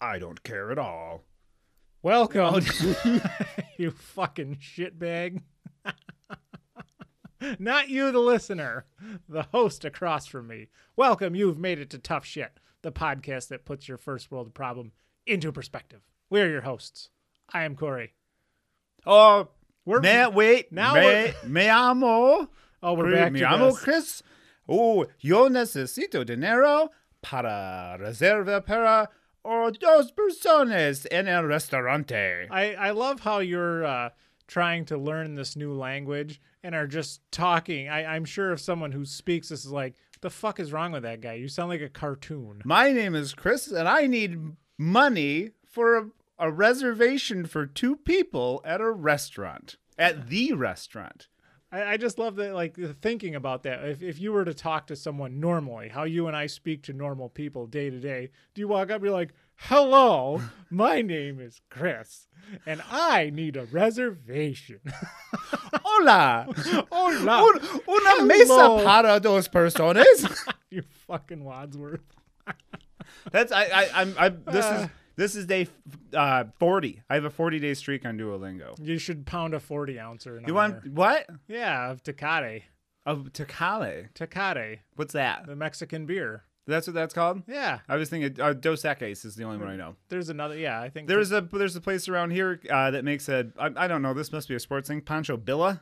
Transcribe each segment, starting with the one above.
I don't care at all. Welcome, you fucking shitbag. Not you, the listener, the host across from me. Welcome, you've made it to Tough Shit, the podcast that puts your first world problem into perspective. We're your hosts. I am Corey. Oh, We're may, wait, now now me, me amo. oh, we're back. Me you amo guys. Chris. Oh, yo necesito dinero para reserva para o dos personas en el restaurante. I, I love how you're uh, trying to learn this new language and are just talking. I, I'm sure if someone who speaks this is like, the fuck is wrong with that guy? You sound like a cartoon. My name is Chris, and I need money for a, a reservation for two people at a restaurant, at the restaurant. I, I just love that, like the thinking about that. If, if you were to talk to someone normally, how you and I speak to normal people day to day, do you walk up and be like, "Hello, my name is Chris, and I need a reservation." Hola. oh no, Un, una mesa Hello. para dos personas. you fucking Wadsworth. That's I I I'm, I'm this Uh. is this is day uh 40. I have a 40 day streak on Duolingo. You should pound a forty ouncer. In You honor. want what? Yeah, of Tecate. Of Tecale. Tecate, What's that? the Mexican beer. That's what that's called. Yeah, I was thinking uh, Dos Equis is the only one I know. there's another. Yeah, I think There's a there's a place around here uh, that makes a I, I don't know this must be a sports thing Pancho Billa.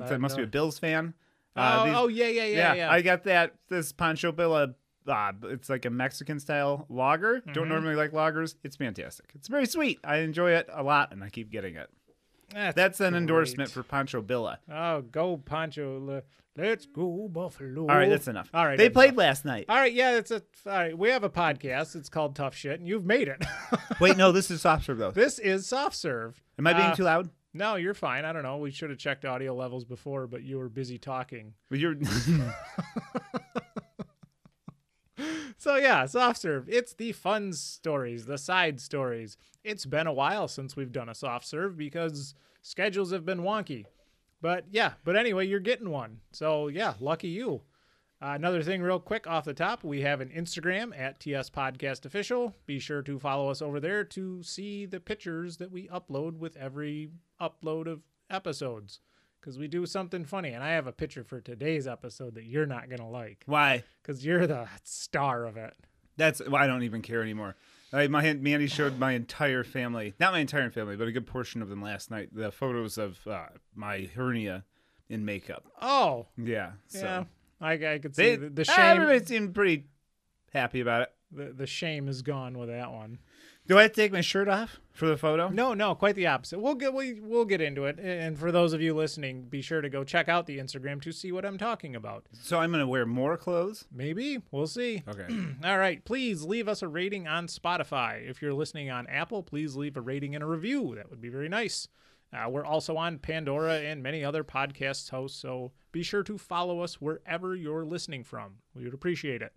I That must be know. a Bills fan. Oh, Uh, these- oh yeah, yeah, yeah, yeah. I got that. This Pancho Villa, uh, it's like a Mexican style lager. Mm-hmm. Don't normally like lagers. It's fantastic. It's very sweet. I enjoy it a lot, and I keep getting it. That's That's an great. endorsement for Pancho Villa. Oh, go Pancho! Le- Let's go Buffalo! All right, that's enough. All right, they that's played enough. last night. All right, yeah, that's a. All right, we have a podcast. It's called Tough Shit, and you've made it. Wait, no, this is soft serve though. this is soft serve. Am I being Uh, too loud? No, you're fine. I don't know. We should have checked audio levels before, but you were busy talking. Well, You're So yeah, soft serve. It's the fun stories, the side stories. It's been a while since we've done a soft serve because schedules have been wonky. But yeah, but anyway, you're getting one. So yeah, lucky you. Uh, another thing, real quick off the top, we have an Instagram at TS Podcast Official. Be sure to follow us over there to see the pictures that we upload with every upload of episodes because we do something funny. And I have a picture for today's episode that you're not going to like why? because you're the star of it. That's well, I don't even care anymore. I, my Mandy showed my entire family, not my entire family, but a good portion of them last night. The photos of uh, my hernia in makeup. Oh, Yeah, so. yeah. I, I could see They, ah, the, the Everybody shame. seemed pretty happy about it. The, the shame is gone with that one. Do I have to take my shirt off for the photo? No, no, quite the opposite. We'll get we, we'll get into it. And for those of you listening, be sure to go check out the Instagram to see what I'm talking about. So I'm going to wear more clothes? Maybe we'll see. Okay. All right, please leave us a rating on Spotify. If you're listening on Apple, please leave a rating and a review. That would be very nice. Uh, we're also on Pandora and many other podcast hosts, so be sure to follow us wherever you're listening from. We would appreciate it.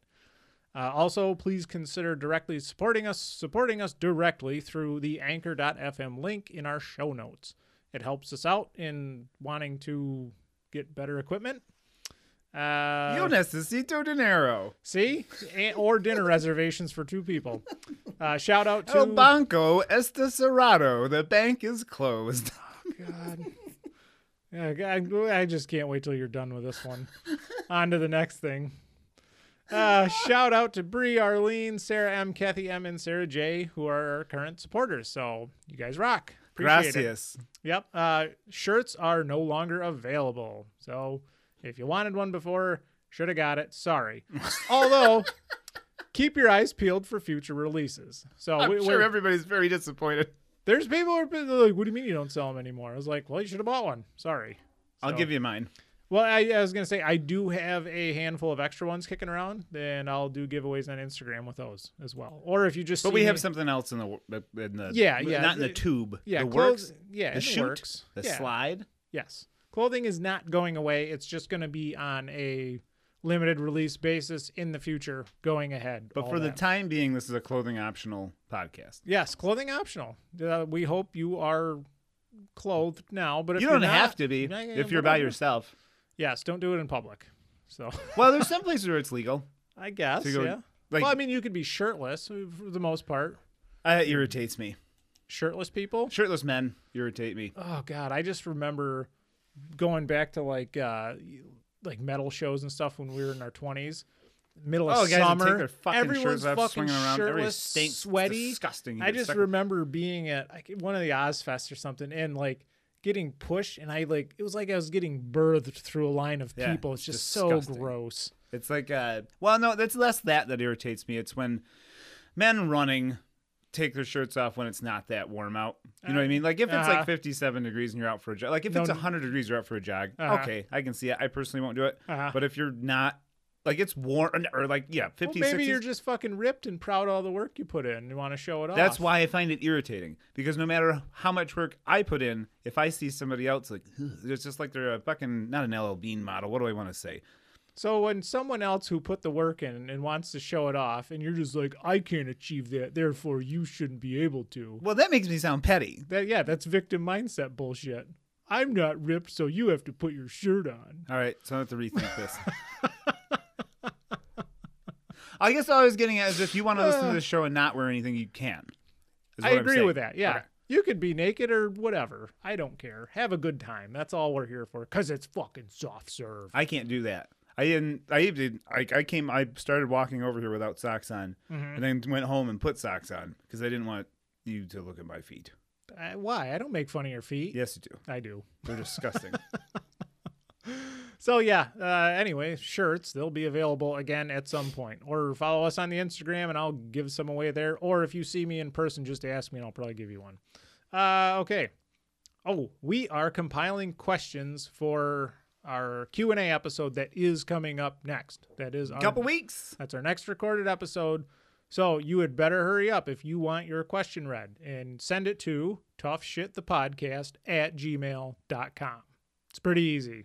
Uh, also, please consider directly supporting us, supporting us directly through the anchor.fm link in our show notes. It helps us out in wanting to get better equipment. Uh, Yo necesito dinero. See, And- or dinner reservations for two people. Uh, shout out to El banco está cerrado. The bank is closed. God. Yeah, God, I just can't wait till you're done with this one. On to the next thing. Uh, shout out to Bree, Arlene, Sarah M, Kathy M, and Sarah J, who are our current supporters. So you guys rock. Appreciate it. Gracias. Yep. Uh, shirts are no longer available. So if you wanted one before, should have got it. Sorry. Although, keep your eyes peeled for future releases. So I'm we, sure we're- everybody's very disappointed. there's people who are been like, "What do you mean you don't sell them anymore?" I was like, "Well, you should have bought one." Sorry. I'll So- give you mine. Well, I, I was gonna say I do have a handful of extra ones kicking around, and I'll do giveaways on Instagram with those as well. Or if you just But see we have me- something else in the wor- in the Yeah, yeah. not in the tube. yeah the clothes works, yeah the it shoot, works. the yeah. slide. Yes. Clothing is not going away. It's just going to be on a limited release basis in the future going ahead. But all for the that. time being, this is a clothing optional podcast. Yes, clothing optional. Uh, we hope you are clothed now, but if you don't you're not- have to be Yeah, yeah, if you're by whatever. yourself. Yes, don't do it in public. So Well, there's some places where it's legal. I guess To go- yeah. like- well, I mean, you could be shirtless uh, for the most part. Uh, it irritates me. Shirtless people. Shirtless men irritate me. oh god i just remember going back to like uh like metal shows and stuff when we were in our 20s middle of Oh, guys that take summer their fucking everyone's shirts off, fucking swinging around. Everybody shirtless stinks. It's sweaty disgusting. You i get just stuck- remember being at like, one of the ozfests or something and like getting pushed and i like it was like i was getting birthed through a line of Yeah, people it's it's just so disgusting. gross It's like, uh, well, no, that's less that that irritates me. It's when men running take their shirts off when it's not that warm out. You know what I mean? Like if it's Uh-huh. like 57 degrees and you're out for a jog, like if No- it's 100 degrees, you're out for a jog. Uh-huh. Okay, I can see it. I personally won't do it. Uh-huh. But if you're not, like it's warm or like yeah, 50, well, maybe 60s, you're just fucking ripped and proud of all the work you put in and want to show it off That's why I find it irritating because no matter how much work I put in, if I see somebody else like "Ugh," it's just like they're a fucking not an LL Bean model. What do I want to say? So when someone else who put the work in and wants to show it off, and you're just like, I can't achieve that, therefore you shouldn't be able to. Well, that makes me sound petty. That yeah, that's victim mindset bullshit. I'm not ripped, so you have to put your shirt on. All right, so I have to rethink this. I guess all I was getting at is if you want to listen to this show and not wear anything, you can. is I what I'm agree saying. with that. Yeah. Okay. You could be naked or whatever. I don't care. Have a good time. That's all we're here for. Cause it's fucking soft serve. I can't do that. I didn't. I even. I, I came. I started walking over here without socks on, and then went home and put socks on because I didn't want you to look at my feet. Uh, why? I don't make fun of your feet. Yes, you do. I do. They're disgusting. So yeah. Uh, anyway, shirts they'll be available again at some point, or follow us on the Instagram and I'll give some away there. Or if you see me in person, just ask me and I'll probably give you one. Uh, okay. Oh, we are compiling questions for our Q and A episode that is coming up next. That is our couple weeks. that's our next recorded episode. So you had better hurry up if you want your question read and send it to toughshitthepodcast at gmail.com. It's pretty easy.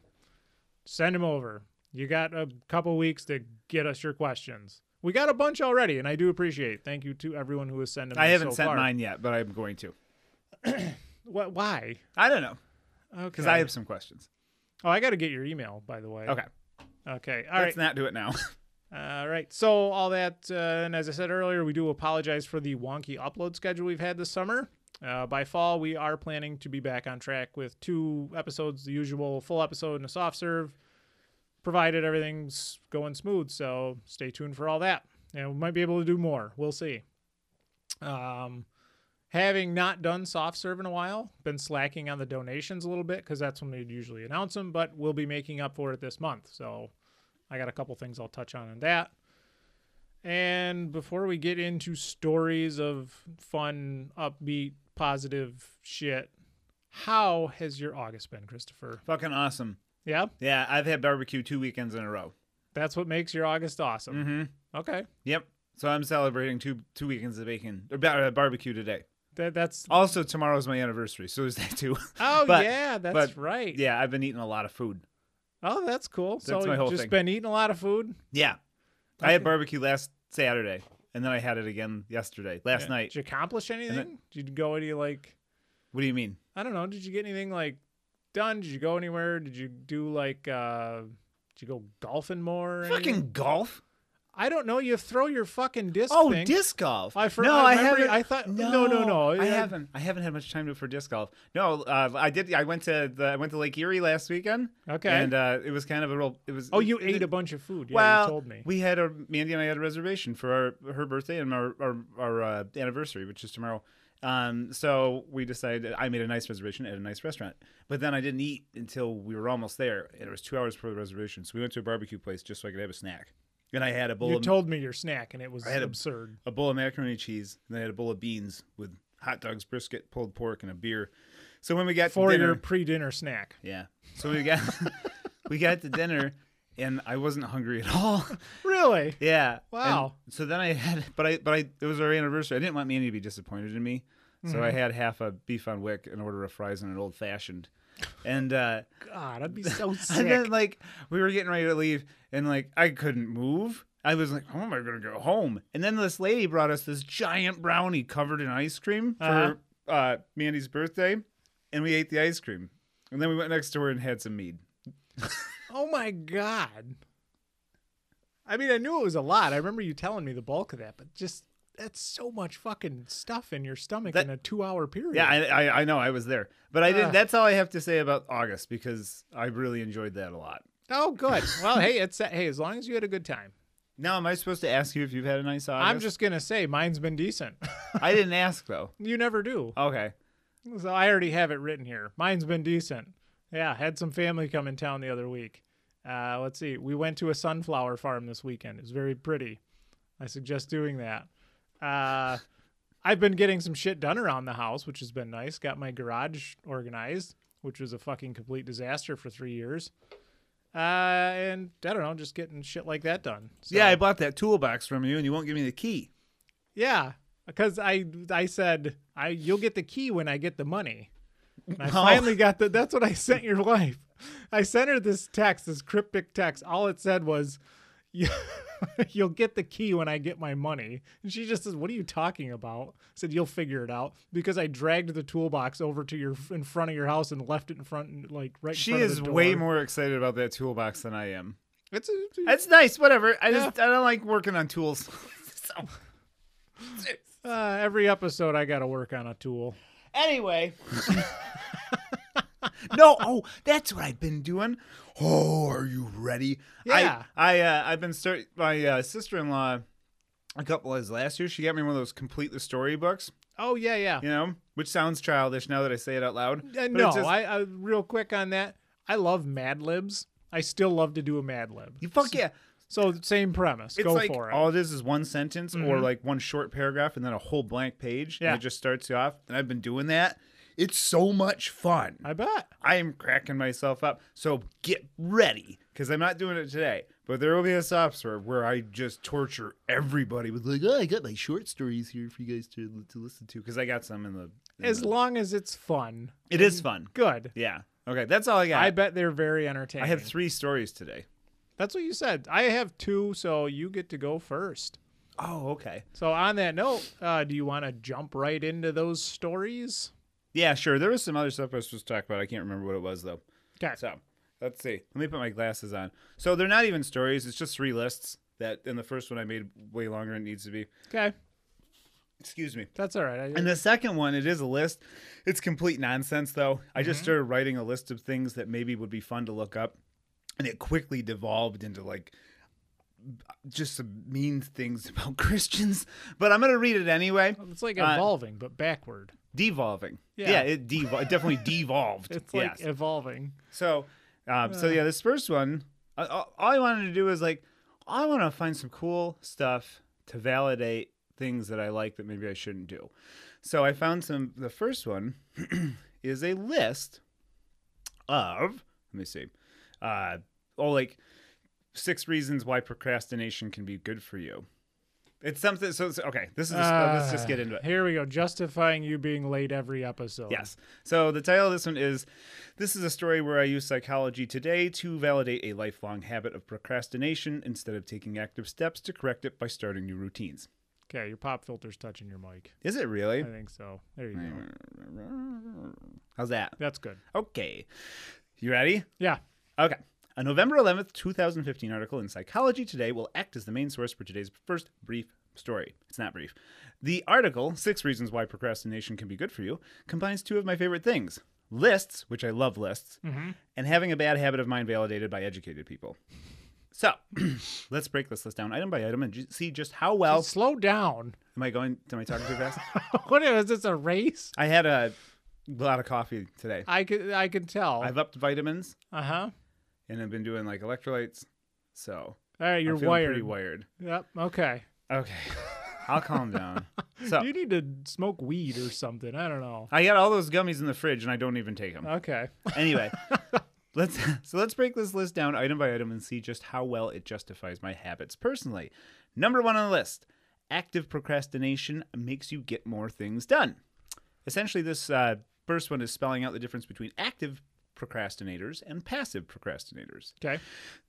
Send them over. You got a couple weeks to get us your questions. We got a bunch already, and I do appreciate. it. Thank you to everyone who has sent them. I in haven't so sent far. mine yet, but I'm going to. What? Why? I don't know Okay. because I have some questions. Oh, I got to get your email, by the way. Okay, Okay. All right. let's not do it now. All right. So all that, uh, and as I said earlier, we do apologize for the wonky upload schedule we've had this summer. Uh, by fall, we are planning to be back on track with two episodes, the usual full episode and a soft serve, provided everything's going smooth. So stay tuned for all that, and we might be able to do more. We'll see. Um, having not done soft serve in a while, been slacking on the donations a little bit because that's when we'd usually announce them. But we'll be making up for it this month. So I got a couple things I'll touch on in that. And before we get into stories of fun, upbeat, positive shit, how has your August been, Christopher? Fucking awesome. Yeah, Yeah, I've had barbecue two weekends in a row. that's what makes your August awesome. Mm-hmm. Okay, Yep. So I'm celebrating two two weekends of bacon or ba- uh, barbecue today. that that's Also, tomorrow's my anniversary, so is that too? oh but- yeah, that's but- right. yeah, I've been eating a lot of food. Oh, that's cool. so my you've whole just thing. been eating a lot of food. Yeah, I had Okay. barbecue last Saturday, and then I had it again yesterday, last night. Did you accomplish anything? Did you go any like What do you mean? I don't know. Did you get anything like done? Did you go anywhere? Did you do like uh did you go golfing more? or anything? Fucking golf? I don't know. You throw your fucking disc. Oh, thing. disc golf. I for- no, I I, remember- haven't. I thought- no, no, no, I I- haven't. I haven't had much time to for disc golf. No, uh, I did. I went to the. I went to Lake Erie last weekend. Okay. And uh, it was kind of a real. It was. Oh, you it- ate a bunch of food. Yeah, well, you told me. we had a Mandy and I had a reservation for our, her birthday and our our, our uh, anniversary, which is tomorrow. Um, so we decided I made a nice reservation at a nice restaurant, but then I didn't eat until we were almost there, and it was two hours before the reservation. So we went to a barbecue place just so I could have a snack, and I had a bowl you of told me your snack, and it was I had a- absurd. a bowl of macaroni and cheese, and then I had a bowl of beans with hot dogs, brisket, pulled pork, and a beer. So when we got For to dinner, your pre-dinner snack. yeah. So we got we got to dinner, and I wasn't hungry at all. Really? yeah. And Wow. so then I had, but I, but I, it was our anniversary. I didn't want Manny to be disappointed in me, so Mm-hmm. I had half a beef on wick, an order of fries, and an old fashioned, and. uh God, I'd be so and then sick. like we were getting ready to leave, and like I couldn't move. I was like, "How am I gonna go home?" And then this lady brought us this giant brownie covered in ice cream for Uh-huh. uh, Mandy's birthday, and we ate the ice cream. And then we went next door and had some mead. oh my god. I mean, I knew it was a lot. I remember you telling me the bulk of that, but just that's so much fucking stuff in your stomach That- in a two hour period. Yeah, I, I, I know I was there, but I didn't. Ah. That's all I have to say about August because I really enjoyed that a lot. oh, good. Well, hey, it's hey, as long as you had a good time. Now, am I supposed to ask you if you've had a nice August? I'm just gonna say mine's been decent. I didn't ask though. you never do. Okay. So I already have it written here. Mine's been decent. Yeah, had some family come in town the other week. Uh, let's see. We went to a sunflower farm this weekend. It was very pretty. I suggest doing that. Uh, I've been getting some shit done around the house, which has been nice. Got my garage organized, which was a fucking complete disaster for three years. Uh, and I don't know, just getting shit like that done. So- Yeah, I bought that toolbox from you, and you won't give me the key. yeah, because I I said I you'll get the key when I get the money. And I No. finally got the. That's what I sent your wife. I sent her this text, this cryptic text. All it said was, "You- "You'll get the key when I get my money." And she just says, "What are you talking about?" I said, "You'll figure it out." Because I dragged the toolbox over to your in front of your house and left it in front, like right. in She front of is the way door. more excited about that toolbox than I am. It's a, That's nice. Whatever. I just I don't like working on tools. so. uh, every episode I got to work on a tool. Anyway. no, oh, that's what I've been doing. Oh, are you ready? Yeah. I, I uh, I've been start my uh, sister-in-law a couple of last year. She got me one of those complete the story books, Oh yeah, yeah. you know, which sounds childish now that I say it out loud. Uh, but no, it's just- I, I real quick on that. I love Mad Libs. I still love to do a Mad Lib. you fuck yeah. So same premise. It's Go like for it. Mm-hmm. all it is is one sentence or like one short paragraph and then a whole blank page Yeah. and it just starts you off. And I've been doing that. It's so much fun. I bet. I am cracking myself up. So get ready because I'm not doing it today. But there will be a soft serve where I just torture everybody with like, oh, I got my short stories here for you guys to to listen to because I got some in the. in As the- long as it's fun, it is fun. good. Yeah. Okay, that's all I got. I I, bet they're very entertaining. have three stories today. That's what you said. I have two, so you get to go first. Oh, okay. So on that note, uh, do you want to jump right into those stories? Yeah, sure. There was some other stuff I was supposed to talk about. I can't remember what it was though. Okay. So let's see. Let me put my glasses on. So they're not even stories. It's just three lists. That and the first one I made way longer than it needs to be. Okay. Excuse me. That's all right. I, And the second one, it is a list. It's complete nonsense, though. I Mm-hmm. just started writing a list of things that maybe would be fun to look up, and it quickly devolved into like just some mean things about Christians. But I'm gonna read it anyway. it's like uh, evolving, but backward. Devolving, Yeah. yeah, it, devo- it definitely devolved. It's like yes. evolving. So, um, so yeah, this first one, I- I- all I wanted to do is like, I want to find some cool stuff to validate things that I like that maybe I shouldn't do. So I found some. The first one is a list of. Let me see. Uh, oh, like six reasons why procrastination can be good for you. It's something. So, so okay, this is. let's just get into it. Uh, Here we go. Justifying you being late every episode. Yes. So the title of this one is This is a story where I use psychology today to validate a lifelong habit of procrastination instead of taking active steps to correct it by starting new routines. Okay, your pop filter's touching your mic. Is it I really? think so. There you go. How's that? That's good. Okay. You ready? Yeah. Okay. A November 11th, 2015 article in Psychology Today will act as the main source for today's first brief story. It's not brief. The article, Six Reasons Why Procrastination Can Be Good for You, combines two of my favorite things lists, which I love lists, and having a bad habit of mine validated by educated people. So let's break this list down item by item and ju- see just how well. Slow down. Am I going? Am I talking too fast? what is this a race? I had a lot of coffee today. I could I can tell. I've upped vitamins Uh huh. and I've been doing like electrolytes. So All right, I'm you're feeling wired. Pretty wired. Yep. Okay. Okay. I'll calm down. So You need to smoke weed or something. I don't know. I got all those gummies in the fridge and I don't even take them. Okay. Anyway, let's so let's break this list down item by item and see just how well it justifies my habits personally. Number one on the list: active procrastination makes you get more things done. Essentially, this uh, first one is spelling out the difference between active procrastinators and passive procrastinators. Okay.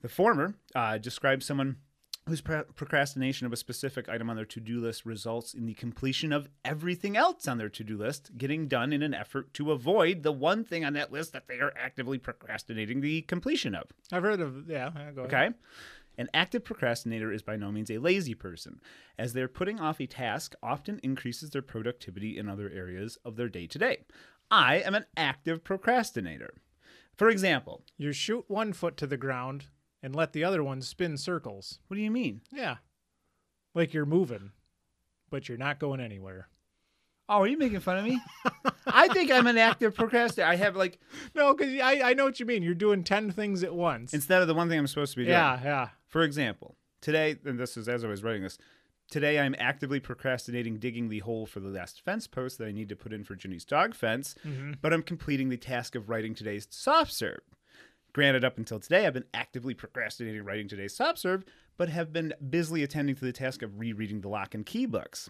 The former uh, describes someone whose pro- procrastination of a specific item on their to do list results in the completion of everything else on their to do list getting done in an effort to avoid the one thing on that list that they are actively procrastinating the completion of. I've heard of yeah. yeah, Go ahead. Okay. An active procrastinator is by no means a lazy person, as their putting off a task often increases their productivity in other areas of their day to day. I am an active procrastinator. For example, You shoot one foot to the ground and let the other one spin circles. what do you mean? Yeah. Like you're moving, but you're not going anywhere. Oh, are you making fun of me? I think I'm an active procrastinator. I have like No, because I, I know what you mean. You're doing 10 things at once. instead of the one thing I'm supposed to be doing. yeah, yeah. For example, today, and this is as I was writing this, today I'm actively procrastinating digging the hole for the last fence post that I need to put in for Ginny's dog fence, but I'm completing the task of writing today's soft serve. Granted, up until today, I've been actively procrastinating writing today's soft serve, but have been busily attending to the task of rereading the lock and key books.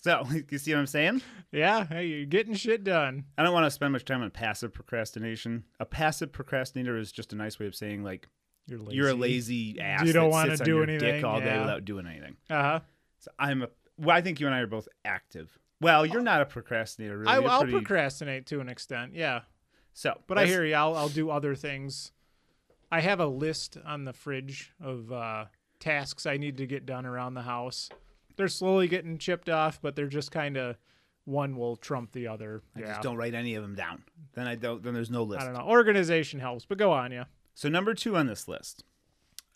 So, you see what I'm saying? Yeah, hey, you're getting shit done. I don't want to spend much time on passive procrastination. A passive procrastinator is just a nice way of saying, like, You're lazy. you're a lazy ass. You don't want wanna to do your anything, Dick all day yeah. without doing anything. Uh huh. So I'm a. Well, I think you and I are both active. Well, you're not a procrastinator, really. I, You're I'll pretty- procrastinate to an extent. Yeah. So, But I hear you. I'll, I'll do other things. I have a list on the fridge of uh, tasks I need to get done around the house. They're slowly getting chipped off, but they're just kind of one will trump the other. I yeah. just don't write any of them down. Then I don't. Then there's no list. I don't know. Organization helps, but go on, yeah. So number two on this list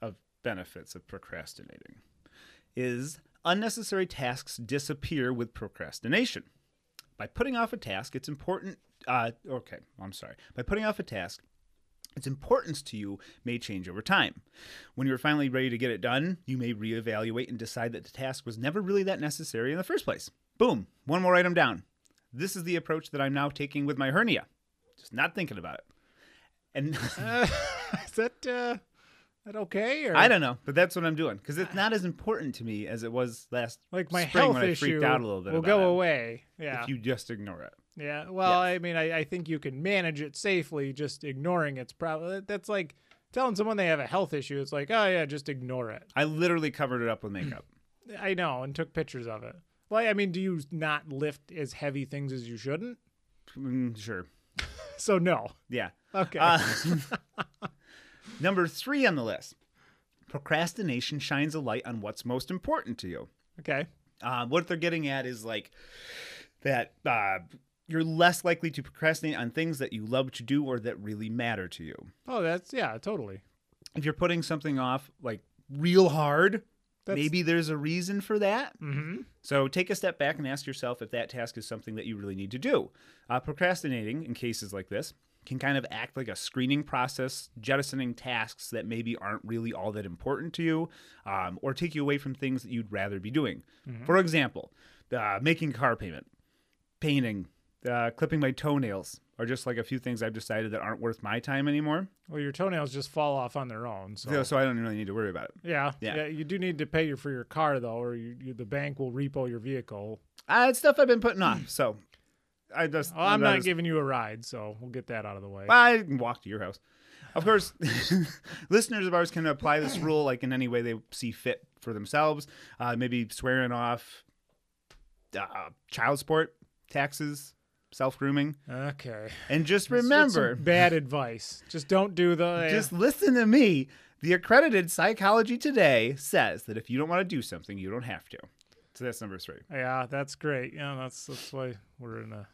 of benefits of procrastinating is unnecessary tasks disappear with procrastination. By putting off a task, it's important. Uh, okay, I'm sorry. By putting off a task, its importance to you may change over time. When you're finally ready to get it done, you may reevaluate and decide that the task was never really that necessary in the first place. Boom, one more item down. This is the approach that I'm now taking with my hernia. Just not thinking about it. And Uh, is that uh, that okay? Or I don't know, Ah. but that's what I'm doing because it's not as important to me as it was last like my spring health when I issue freaked out a little bit. will about go it, away. Yeah, if you just ignore it. yeah. Well, I mean, I, I think you can manage it safely. Just ignoring it's probably that's like telling someone they have a health issue. It's like, oh yeah, just ignore it. I literally covered it up with makeup. I know, and took pictures of it. Well, I mean, do you not lift as heavy things as you shouldn't? Mm, sure, So no. yeah. Okay. Uh, number three on the list: procrastination shines a light on what's most important to you. okay. Uh, what they're getting at is like that uh, you're less likely to procrastinate on things that you love to do or that really matter to you. Oh, that's yeah, totally. If you're putting something off like real hard, That's, maybe there's a reason for that. hmm So take a step back and ask yourself if that task is something that you really need to do. Uh, procrastinating in cases like this can kind of act like a screening process, jettisoning tasks that maybe aren't really all that important to you um, or take you away from things that you'd rather be doing. For example, uh, making car payment, painting, uh, clipping my toenails are just like a few things I've decided that aren't worth my time anymore. Well, your toenails just fall off on their own. So So I don't really need to worry about it. Yeah, Yeah. yeah. you do need to pay your, for your car though, or you, you, the bank will repo your vehicle. Uh, it's stuff I've been putting off. So I just. Well, Oh, I'm that not is- giving you a ride, so we'll get that out of the way. I can walk to your house. Of course, listeners of ours can apply this rule like in any way they see fit for themselves. Uh, maybe swearing off uh, child support, taxes, self grooming. Okay. And just That's- that's some remember, bad advice. Just don't do the. eh, just listen to me. The accredited Psychology Today says that if you don't want to do something, you don't have to. So that's number three. yeah, that's great. Yeah, that's that's why we're in a.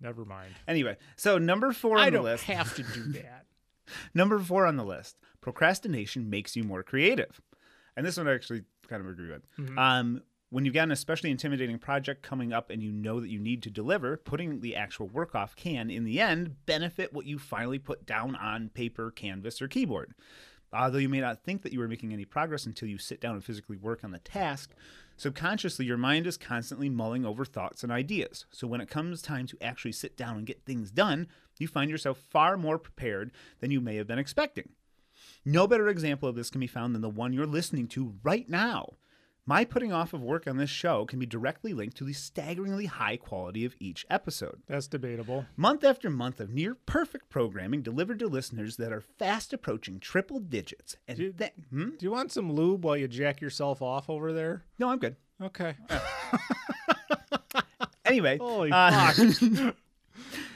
Never mind. Anyway, so number four on I the don't list. have to do that. Number four on the list: procrastination makes you more creative, and this one I actually kind of agree with. Um, when you've got an especially intimidating project coming up and you know that you need to deliver, putting the actual work off can, in the end, benefit what you finally put down on paper, canvas, or keyboard. Although you may not think that you are making any progress until you sit down and physically work on the task, subconsciously your mind is constantly mulling over thoughts and ideas. So when it comes time to actually sit down and get things done, you find yourself far more prepared than you may have been expecting. No better example of this can be found than the one you're listening to right now. My putting off of work on this show can be directly linked to the staggeringly high quality of each episode. That's debatable. Month after month of near perfect programming delivered to listeners that are fast approaching triple digits. And Dude. that, hmm? Do you want some lube while you jack yourself off over there? No, I'm good. Okay. Anyway, Holy uh, fuck.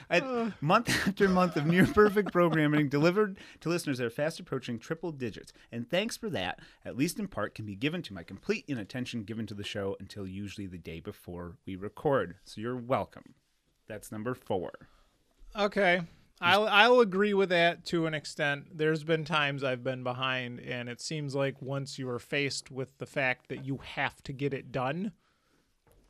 I, month after month of near perfect programming delivered to listeners that are fast approaching triple digits. And thanks for that, at least in part, can be given to my complete inattention given to the show until usually the day before we record. So you're welcome. That's number four. Okay. I'll I'll agree with that to an extent. There's been times I've been behind and it seems like once you are faced with the fact that you have to get it done,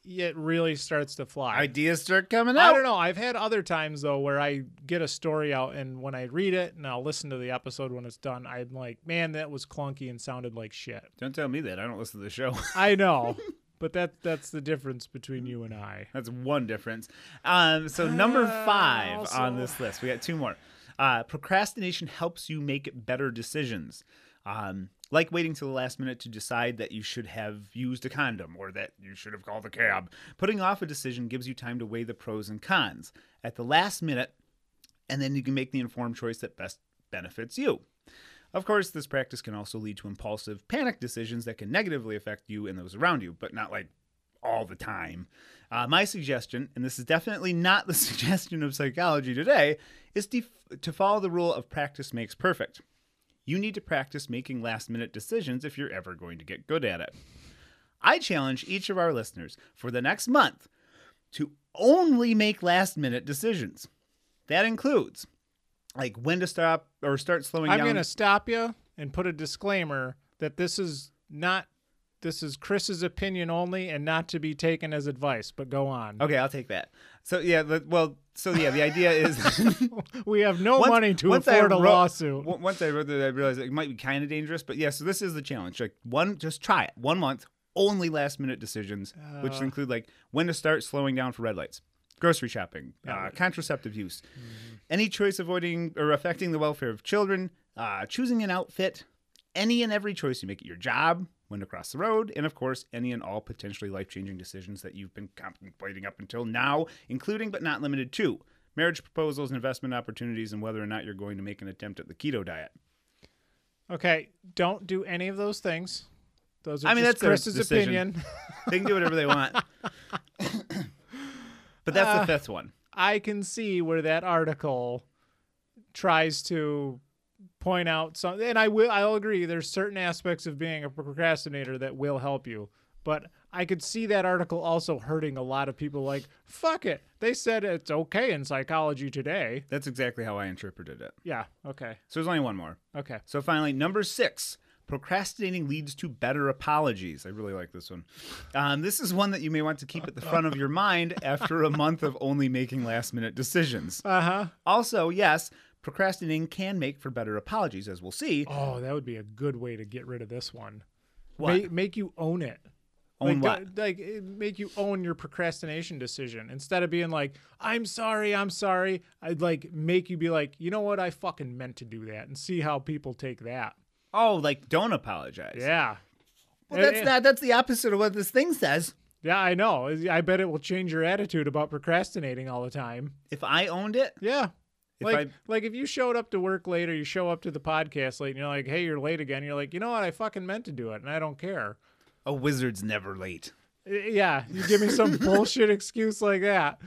it really starts to fly. Ideas start coming I out. don't know. I've had other times though where I get a story out and when I read it and I'll listen to the episode when it's done, I'm like, "Man, that was clunky and sounded like shit." Don't tell me that. I don't listen to the show. I know. but that that's the difference between you and I. That's one difference. Um, so number five also- on this list, we got two more. Uh, procrastination helps you make better decisions, um, like waiting till the last minute to decide that you should have used a condom or that you should have called a cab. Putting off a decision gives you time to weigh the pros and cons at the last minute, and then you can make the informed choice that best benefits you. Of course, this practice can also lead to impulsive panic decisions that can negatively affect you and those around you, but not like all the time. Uh, my suggestion, and this is definitely not the suggestion of psychology today, is to, to follow the rule of practice makes perfect. You need to practice making last minute decisions if you're ever going to get good at it. I challenge each of our listeners for the next month to only make last minute decisions. That includes like when to stop or start slowing I'm down. going to stop you and put a disclaimer that this is not this is Chris's opinion only and not to be taken as advice, but go on. Okay, I'll take that. So yeah, the, well, so yeah, the idea is We have no Once- money to once I afford a wrote- lawsuit. w- once I wrote that, I realized it might be kind of dangerous. But yeah, so this is the challenge. Like one, just try it. One month, only last minute decisions, Uh. which include like when to start slowing down for red lights, grocery shopping, uh, contraceptive use, Mm-hmm. any choice avoiding or affecting the welfare of children, uh, choosing an outfit, any and every choice you make at your job. When to cross the road, and of course, any and all potentially life changing decisions that you've been contemplating up until now, including but not limited to marriage proposals, investment opportunities, and whether or not you're going to make an attempt at the keto diet. Okay, don't do any of those things. Those are I mean, just that's their Chris's decision. opinion. They can do whatever they want. but that's the fifth one. I can see where that article tries to point out some and I will I'll agree there's certain aspects of being a procrastinator that will help you. But I could see that article also hurting a lot of people like, fuck it. They said it's okay in psychology today. That's exactly how I interpreted it. Yeah, okay. So there's only one more. Okay. So finally, number six. Procrastinating leads to better apologies. I really like this one. Um, this is one that you may want to keep at the front of your mind after a month of only making last minute decisions. Uh-huh. Also, yes, procrastinating can make for better apologies, as we'll see. Oh, that would be a good way to get rid of this one. What? Make, make you own it. Own like, what? go- like it- make you own your procrastination decision instead of being like, "I'm sorry, I'm sorry." I'd like make you be like, "You know what? I fucking meant to do that," and see how people take that. Oh, like don't apologize. Yeah, Well, that's Eh, not. That's the opposite of what this thing says. yeah, I know. I bet it will change your attitude about procrastinating all the time. If I owned it, Yeah. If like, I- like if you showed up to work late or you show up to the podcast late and you're like, hey, you're late again. You're like, you know what? I fucking meant to do it and I don't care. a wizard's never late. Y- Yeah, you give me some bullshit excuse like that.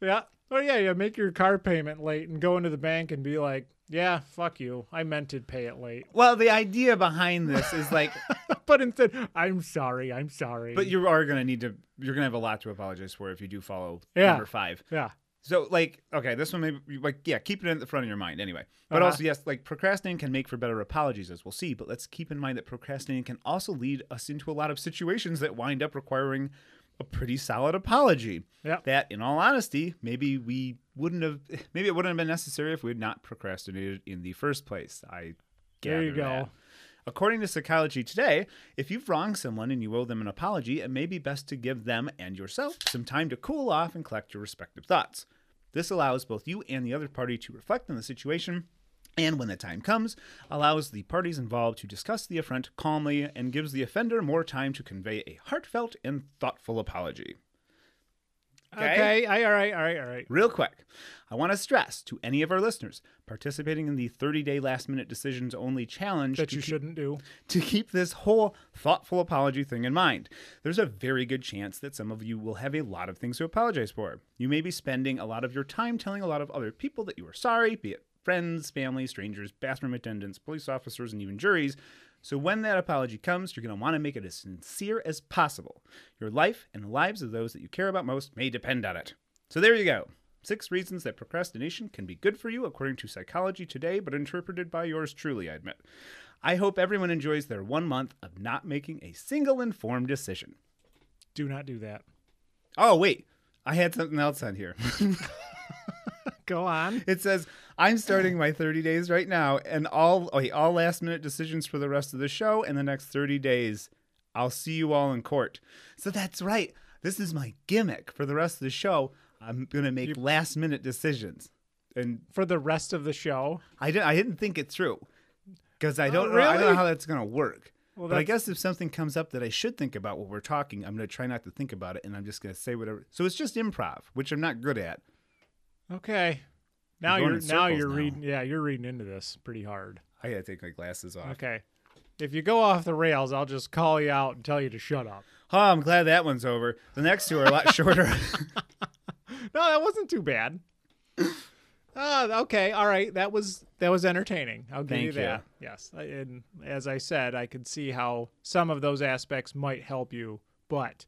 Yeah. Oh yeah, yeah. Make your car payment late and go into the bank and be like, "Yeah, fuck you. I meant to pay it late." Well, the idea behind this is like, But instead, I'm sorry. I'm sorry. but you are gonna need to. You're gonna have a lot to apologize for if you do follow Yeah. number five. yeah, So, like, okay, this one maybe like yeah, keep it in the front of your mind anyway. But Uh-huh. also, yes, like procrastinating can make for better apologies, as we'll see. But let's keep in mind that procrastinating can also lead us into a lot of situations that wind up requiring a pretty solid apology. Yep. That, in all honesty, maybe we wouldn't have. Maybe it wouldn't have been necessary if we had not procrastinated in the first place. I. There you gather that. go. According to Psychology Today, if you've wronged someone and you owe them an apology, it may be best to give them and yourself some time to cool off and collect your respective thoughts. This allows both you and the other party to reflect on the situation, and when the time comes, allows the parties involved to discuss the affront calmly and gives the offender more time to convey a heartfelt and thoughtful apology. Okay. Okay. I, all right. All right. All right. Real quick, I want to stress to any of our listeners participating in the 30 day last minute decisions only challenge That to you keep- shouldn't do. to keep this whole thoughtful apology thing in mind. There's a very good chance that some of you will have a lot of things to apologize for. You may be spending a lot of your time telling a lot of other people that you are sorry, be it friends, family, strangers, bathroom attendants, police officers, and even juries. So when that apology comes, you're going to want to make it as sincere as possible. Your life and the lives of those that you care about most may depend on it. So there you go. Six reasons that procrastination can be good for you, according to Psychology Today, but interpreted by yours truly, I admit. I hope everyone enjoys their one month of not making a single informed decision. Do not do that. Oh, wait, I had something else on here. Go on. it says, I'm starting my 30 days right now, and all, wait, all last minute decisions for the rest of the show and the next 30 days. I'll see you all in court. So that's right. This is my gimmick for the rest of the show. I'm going to make last minute decisions. And For the rest of the show, I didn't, I didn't think it through because I don't know, I don't Oh, really? know how that's going to work. Well, but I that's- guess if something comes up that I should think about while we're talking, I'm going to try not to think about it and I'm just going to say whatever. So it's just improv, which I'm not good at. okay. Now going you're in now circles you're now. reading. Yeah, you're reading into this pretty hard. I got to take my glasses off. Okay. If you go off the rails, I'll just call you out and tell you to shut up. Oh, I'm glad that one's over. The next two are a lot shorter. No, that wasn't too bad. Uh, okay, all right. That was that was entertaining. I'll give Thank you that. Yes, I- and as I said, I could see how some of those aspects might help you, but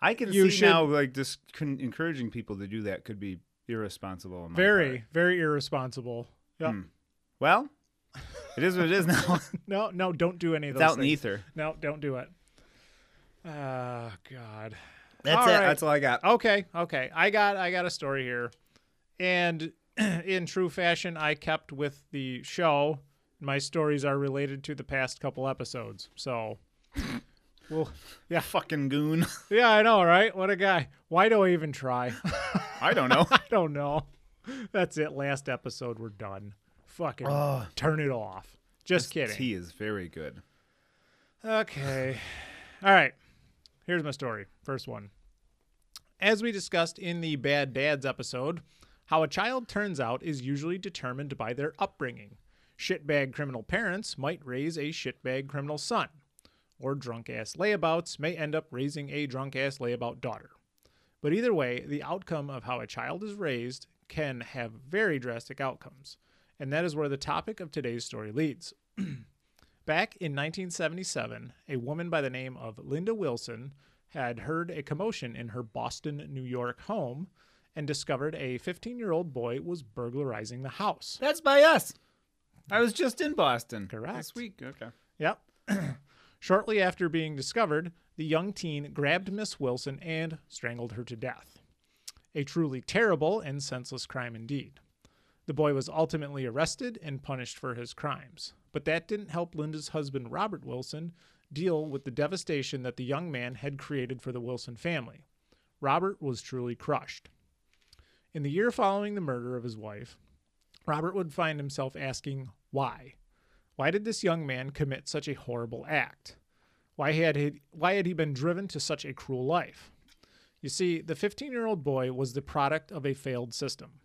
I can You see should- now, like, just con- encouraging people to do that could be irresponsible. on my part. very very irresponsible. Yep. Well, it is what it is now. No, no, don't do any of it's those out in the things. ether. No, don't do it. Oh God. That's All it. right. Oh, That's all I got. Okay, okay. I got I got a story here. And in true fashion, I kept with the show. My stories are related to the past couple episodes. So well Yeah, fucking goon. Yeah, I know, right? What a guy. Why do I even try? I don't know. I don't know. That's it. Last episode, we're done. Fucking Oh. turn it off. Just kidding. Tea is very good. Okay. All right. Here's my story. First one. As we discussed in the Bad Dads episode, how a child turns out is usually determined by their upbringing. Shitbag criminal parents might raise a shitbag criminal son, or drunk ass layabouts may end up raising a drunk ass layabout daughter. But either way, the outcome of how a child is raised can have very drastic outcomes. And that is where the topic of today's story leads. Back in 1977, a woman by the name of Linda Wilson had heard a commotion in her Boston, New York home and discovered a 15 year old boy was burglarizing the house. That's by us. I was just in Boston. Correct. This week. Okay. Yep. Shortly after being discovered, the young teen grabbed Miss Wilson and strangled her to death. A truly terrible and senseless crime indeed. The boy was ultimately arrested and punished for his crimes, but that didn't help Linda's husband, Robert Wilson, deal with the devastation that the young man had created for the Wilson family. Robert was truly crushed. In the year following the murder of his wife, Robert would find himself asking, why? Why did this young man commit such a horrible act? Why had he, why had he been driven to such a cruel life? You see, the 15 year old boy was the product of a failed system.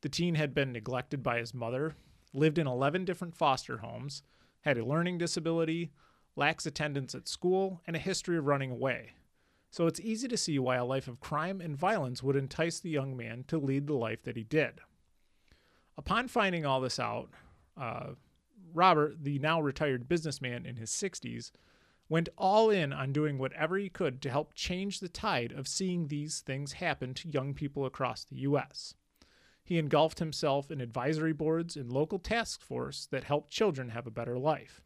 The teen had been neglected by his mother, lived in 11 different foster homes, had a learning disability, lacks attendance at school, and a history of running away. So it's easy to see why a life of crime and violence would entice the young man to lead the life that he did. Upon finding all this out, uh, Robert, the now retired businessman in his 60s, went all in on doing whatever he could to help change the tide of seeing these things happen to young people across the U.S. He engulfed himself in advisory boards and local task force that helped children have a better life.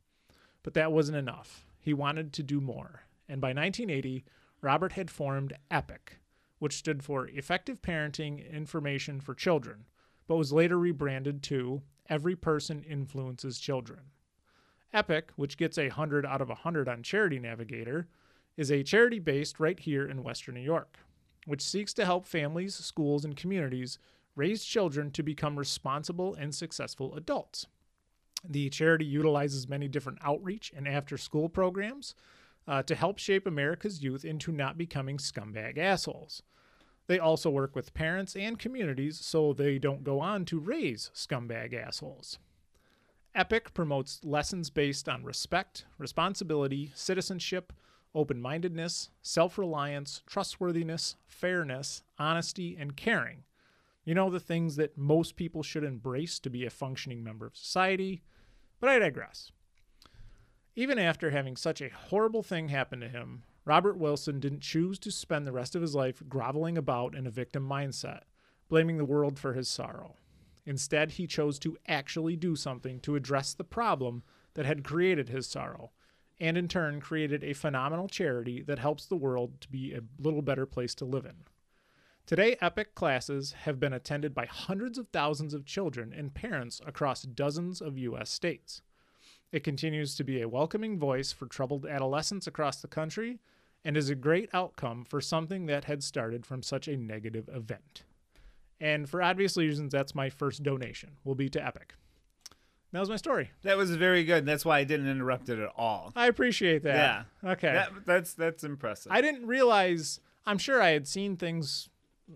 But that wasn't enough. He wanted to do more. And by 1980, Robert had formed EPIC, which stood for Effective Parenting Information for Children, but was later rebranded to Every Person Influences Children. EPIC, which gets a 100 out of 100 on Charity Navigator, is a charity based right here in Western New York, which seeks to help families, schools, and communities raise children to become responsible and successful adults. The charity utilizes many different outreach and after school programs uh, to help shape America's youth into not becoming scumbag assholes. They also work with parents and communities so they don't go on to raise scumbag assholes. EPIC promotes lessons based on respect, responsibility, citizenship, open mindedness, self reliance, trustworthiness, fairness, honesty, and caring. You know, the things that most people should embrace to be a functioning member of society. But I digress. Even after having such a horrible thing happen to him, Robert Wilson didn't choose to spend the rest of his life groveling about in a victim mindset, blaming the world for his sorrow. Instead, he chose to actually do something to address the problem that had created his sorrow, and in turn created a phenomenal charity that helps the world to be a little better place to live in. Today, EPIC classes have been attended by hundreds of thousands of children and parents across dozens of U.S. states. It continues to be a welcoming voice for troubled adolescents across the country and is a great outcome for something that had started from such a negative event. And for obvious reasons, that's my first donation, will be to Epic. That was my story. That was very good. That's why I didn't interrupt it at all. I appreciate that. Yeah. Okay. That, that's that's impressive. I didn't realize, I'm sure I had seen things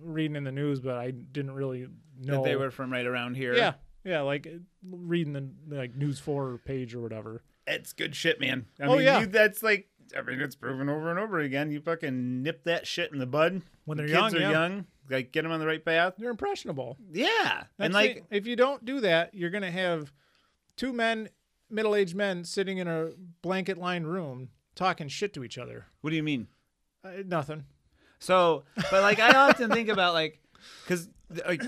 reading in the news, but I didn't really know. that they were from right around here. Yeah. Yeah. Like reading the like news four page or whatever. it's good shit, man. I Oh, mean, yeah. you, that's like I mean, it's proven over and over again. You fucking nip that shit in the bud When The they're kids young, Are yeah. young, like get them on the right path. They're impressionable. Yeah, and That's like the- if you don't do that, you're gonna have two men, middle-aged men, sitting in a blanket-lined room talking shit to each other. what do you mean? Uh, nothing. So, but like I often think about like, because like,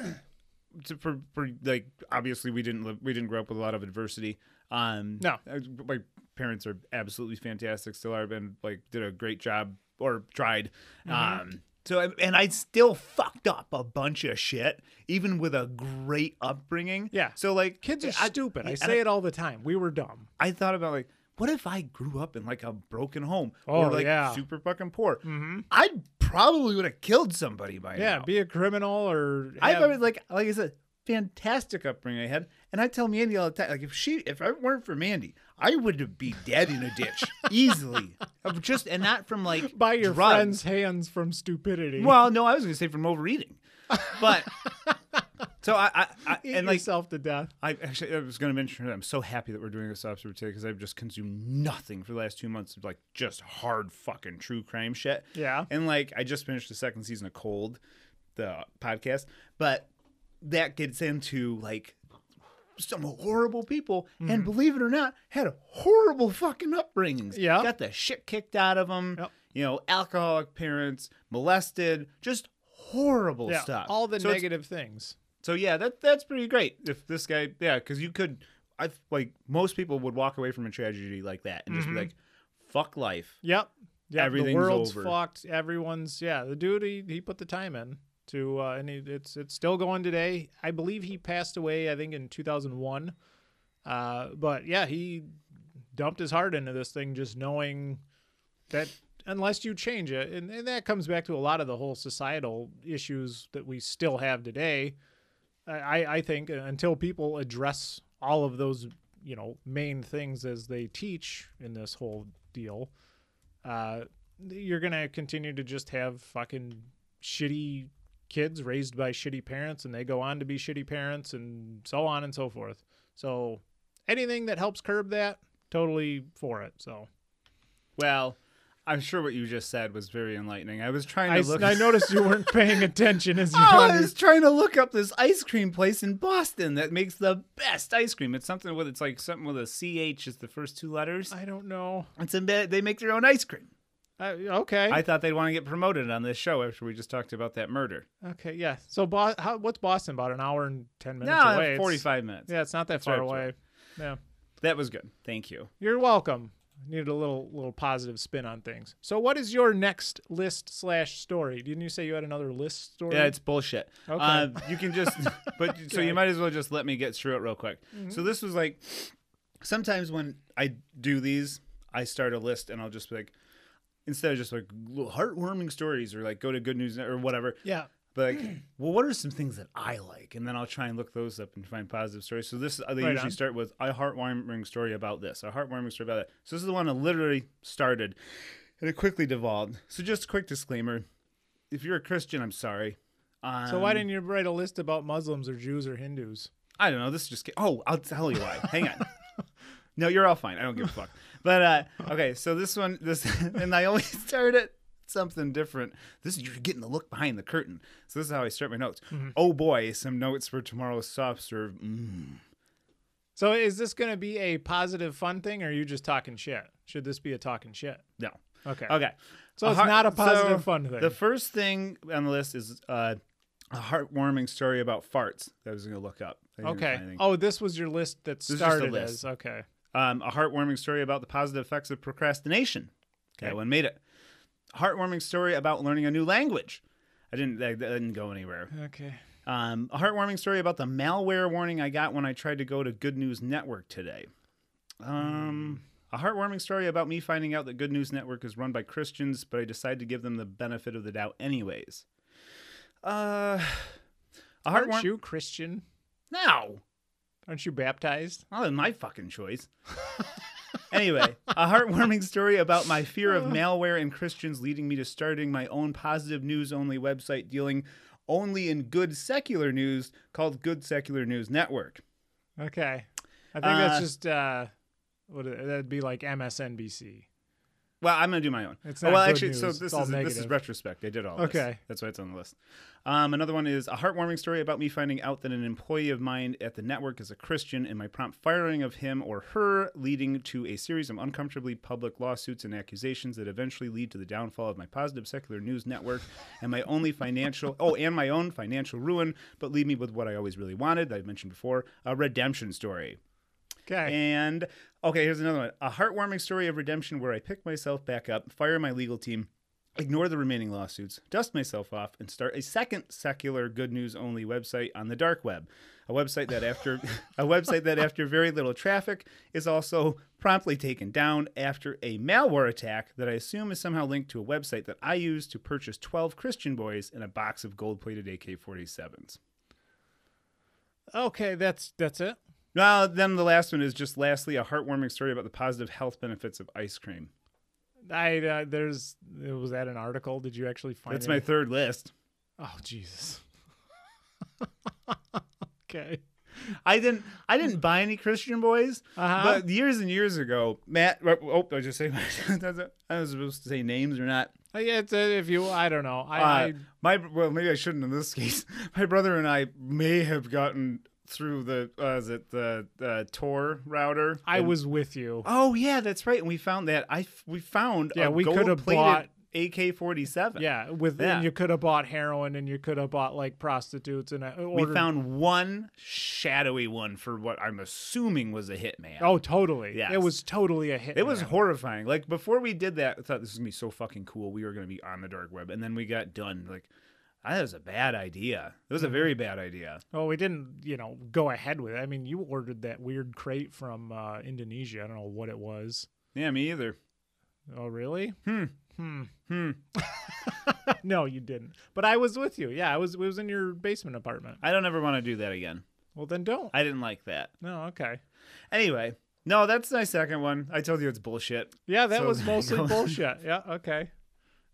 to, for, for like obviously we didn't live, we didn't grow up with a lot of adversity. Um, No. I- my parents are absolutely fantastic, still are, and like did a great job or tried. Mm-hmm. Um, so I- and I still fucked up a bunch of shit, even with a great upbringing. Yeah. So like Kids are I- stupid. I and say it all the time. We were dumb. I thought about like, what if I grew up in like a broken home Oh, or like yeah. super fucking poor? Mm-hmm. I probably would have killed somebody by Yeah, now. be a criminal or I have- remember like like I said, fantastic upbringing I had, and I tell Mandy all the time like if she if it weren't for Mandy, I would be dead in a ditch easily, Of just and not from like by your drugs. friends' hands from stupidity. Well, no, I was gonna say from overeating, but so I, I, I Eat and like yourself to death. I actually I was going to mention that I'm so happy that we're doing this episode today because I've just consumed nothing for the last two months of like just hard fucking true crime shit. Yeah. And like I just finished the second season of Cold, the podcast, but that gets into like some horrible people Mm. and believe it or not had horrible fucking upbringings. Yeah. Got the shit kicked out of them. Yep. You know, alcoholic parents, molested, just horrible Yeah, stuff. all the So it's negative things. so yeah, that that's pretty great. If this guy, yeah, because you could, I like most people would walk away from a tragedy like that and just be like, "Fuck life." Yep. Yeah, Everything's the world's over. fucked. Everyone's yeah. The dude he, he put the time in to, uh, and he, it's it's still going today. I believe he passed away. I think in two thousand one. Uh, but yeah, he dumped his heart into this thing, just knowing that unless you change it, and, and that comes back to a lot of the whole societal issues that we still have today. I, I think until people address all of those, you know, main things as they teach in this whole deal, uh, you're gonna continue to just have fucking shitty kids raised by shitty parents, and they go on to be shitty parents, and so on and so forth. So, anything that helps curb that, totally for it. So, Well, I'm sure what you just said was very enlightening. I was trying to I, look. I noticed you weren't paying attention as you. Oh, were- I was trying to look up this ice cream place in Boston that makes the best ice cream. It's something with it's like something with a CH is the first two letters. I don't know. It's in bed. They make their own ice cream. I, okay. I thought they'd want to get promoted on this show after we just talked about that murder. okay. Yeah. So, Bo- how, what's Boston? About an hour and ten minutes No, away. It's- 45 minutes. Yeah, it's not that right far up the away. Yeah. That was good. Thank you. You're welcome. Needed a little little positive spin on things. So, what is your next list slash story? Didn't you say you had another list story? Yeah, it's bullshit. Okay. Uh, you can just, but so you might as well just let me get through it real quick. Mm-hmm. So this was like, sometimes when I do these, I start a list and I'll just be like, instead of just like little heartwarming stories or like go to good news Net- or whatever, yeah. but like, well, what are some things that I like? And then I'll try and look those up and find positive stories. So this, they Right usually on. start with a heartwarming story about this, a heartwarming story about that. So this is the one that literally started and it quickly devolved. So just a quick disclaimer. if you're a Christian, I'm sorry. Um, So why didn't you write a list about Muslims or Jews or Hindus? I don't know. This just. ca- Oh, I'll tell you why. Hang on. No, you're all fine. I don't give a fuck. But uh, okay, so this one, this, and I always start at something different. This is you're getting the look behind the curtain. So this is how I start my notes. Mm-hmm. Oh boy, some notes for tomorrow's soft serve. Mm. So is this going to be a positive fun thing or are you just talking shit? Should this be a talking shit? No. Okay. Okay. So it's heart- not a positive fun thing. The first thing on the list is uh, a heartwarming story about farts that I was going to look up. I didn't Okay. find anything. Oh, this was your list that is just a started list. as okay. um, a heartwarming story about the positive effects of procrastination. Okay. That one made it. Heartwarming story about learning a new language. I didn't. That, that didn't go anywhere. Okay. Um, a heartwarming story about the malware warning I got when I tried to go to Good News Network today. Um, a heartwarming story about me finding out that Good News Network is run by Christians, but I decided to give them the benefit of the doubt anyways. Uh, a Aren't heartwarming. you Christian? No. Aren't you baptized? Not in my fucking choice. anyway, a heartwarming story about my fear of malware and Christians leading me to starting my own positive news only website dealing only in good secular news called Good Secular News Network. Okay. I think that's Uh, just uh what it- that'd be like MSNBC. Well, I'm gonna do my own. It's Oh, not well, good actually, so news. this It's is all this is negative. retrospect. I did all. this. Okay. that's why it's on the list. Um, another one is a heartwarming story about me finding out that an employee of mine at the network is a Christian, and my prompt firing of him or her leading to a series of uncomfortably public lawsuits and accusations that eventually lead to the downfall of my positive secular news network and my only financial oh and my own financial ruin, but leave me with what I always really wanted that I've mentioned before: a redemption story. Okay. And okay, here's another one. A heartwarming story of redemption where I pick myself back up, fire my legal team, ignore the remaining lawsuits, dust myself off, and start a second secular good news only website on the dark web. A website that after a website that after very little traffic is also promptly taken down after a malware attack that I assume is somehow linked to a website that I used to purchase 12 Christian boys and a box of gold-plated AK-47s. okay, that's that's it. Now, then the last one is just lastly a heartwarming story about the positive health benefits of ice cream. I uh, there's was that an article? Did you actually find That's my third list. Oh Jesus. okay. I didn't I didn't buy any Christian boys, Uh-huh. but years and years ago, Matt. Oh, did I just say that's a- I was supposed to say names or not. Uh, yeah, it's, uh, if you I don't know. I, Uh, I my well, maybe I shouldn't in this case. My brother and I may have gotten through the uh, is it the uh, Tor router. I And- was with you. Oh yeah, that's right. And we found that I f- we found Yeah, a we coulda gold-plated bought- AK-47. Yeah, with Yeah. and you could have bought heroin and you could have bought like prostitutes and uh, We ordered. found one shadowy one for what I'm assuming was a hitman. oh, totally. Yeah, It Yes. was totally a hit. It was man. horrifying. Like before we did that, I thought this is gonna be so fucking cool. We were gonna be on the dark web, and then we got done. Like that was a bad idea. It was a very bad idea. Well, we didn't, you know, go ahead with it. I mean, you ordered that weird crate from uh, Indonesia. I don't know what it was. Yeah, me either. Oh, really? Hmm. Hmm. Hmm. no, you didn't. But I was with you. Yeah, I was. It was in your basement apartment. I don't ever want to do that again. Well, then don't. I didn't like that. No, okay. Anyway, no, that's my second one. I told you it's bullshit. Yeah, that So was there mostly you go. bullshit. Yeah, okay.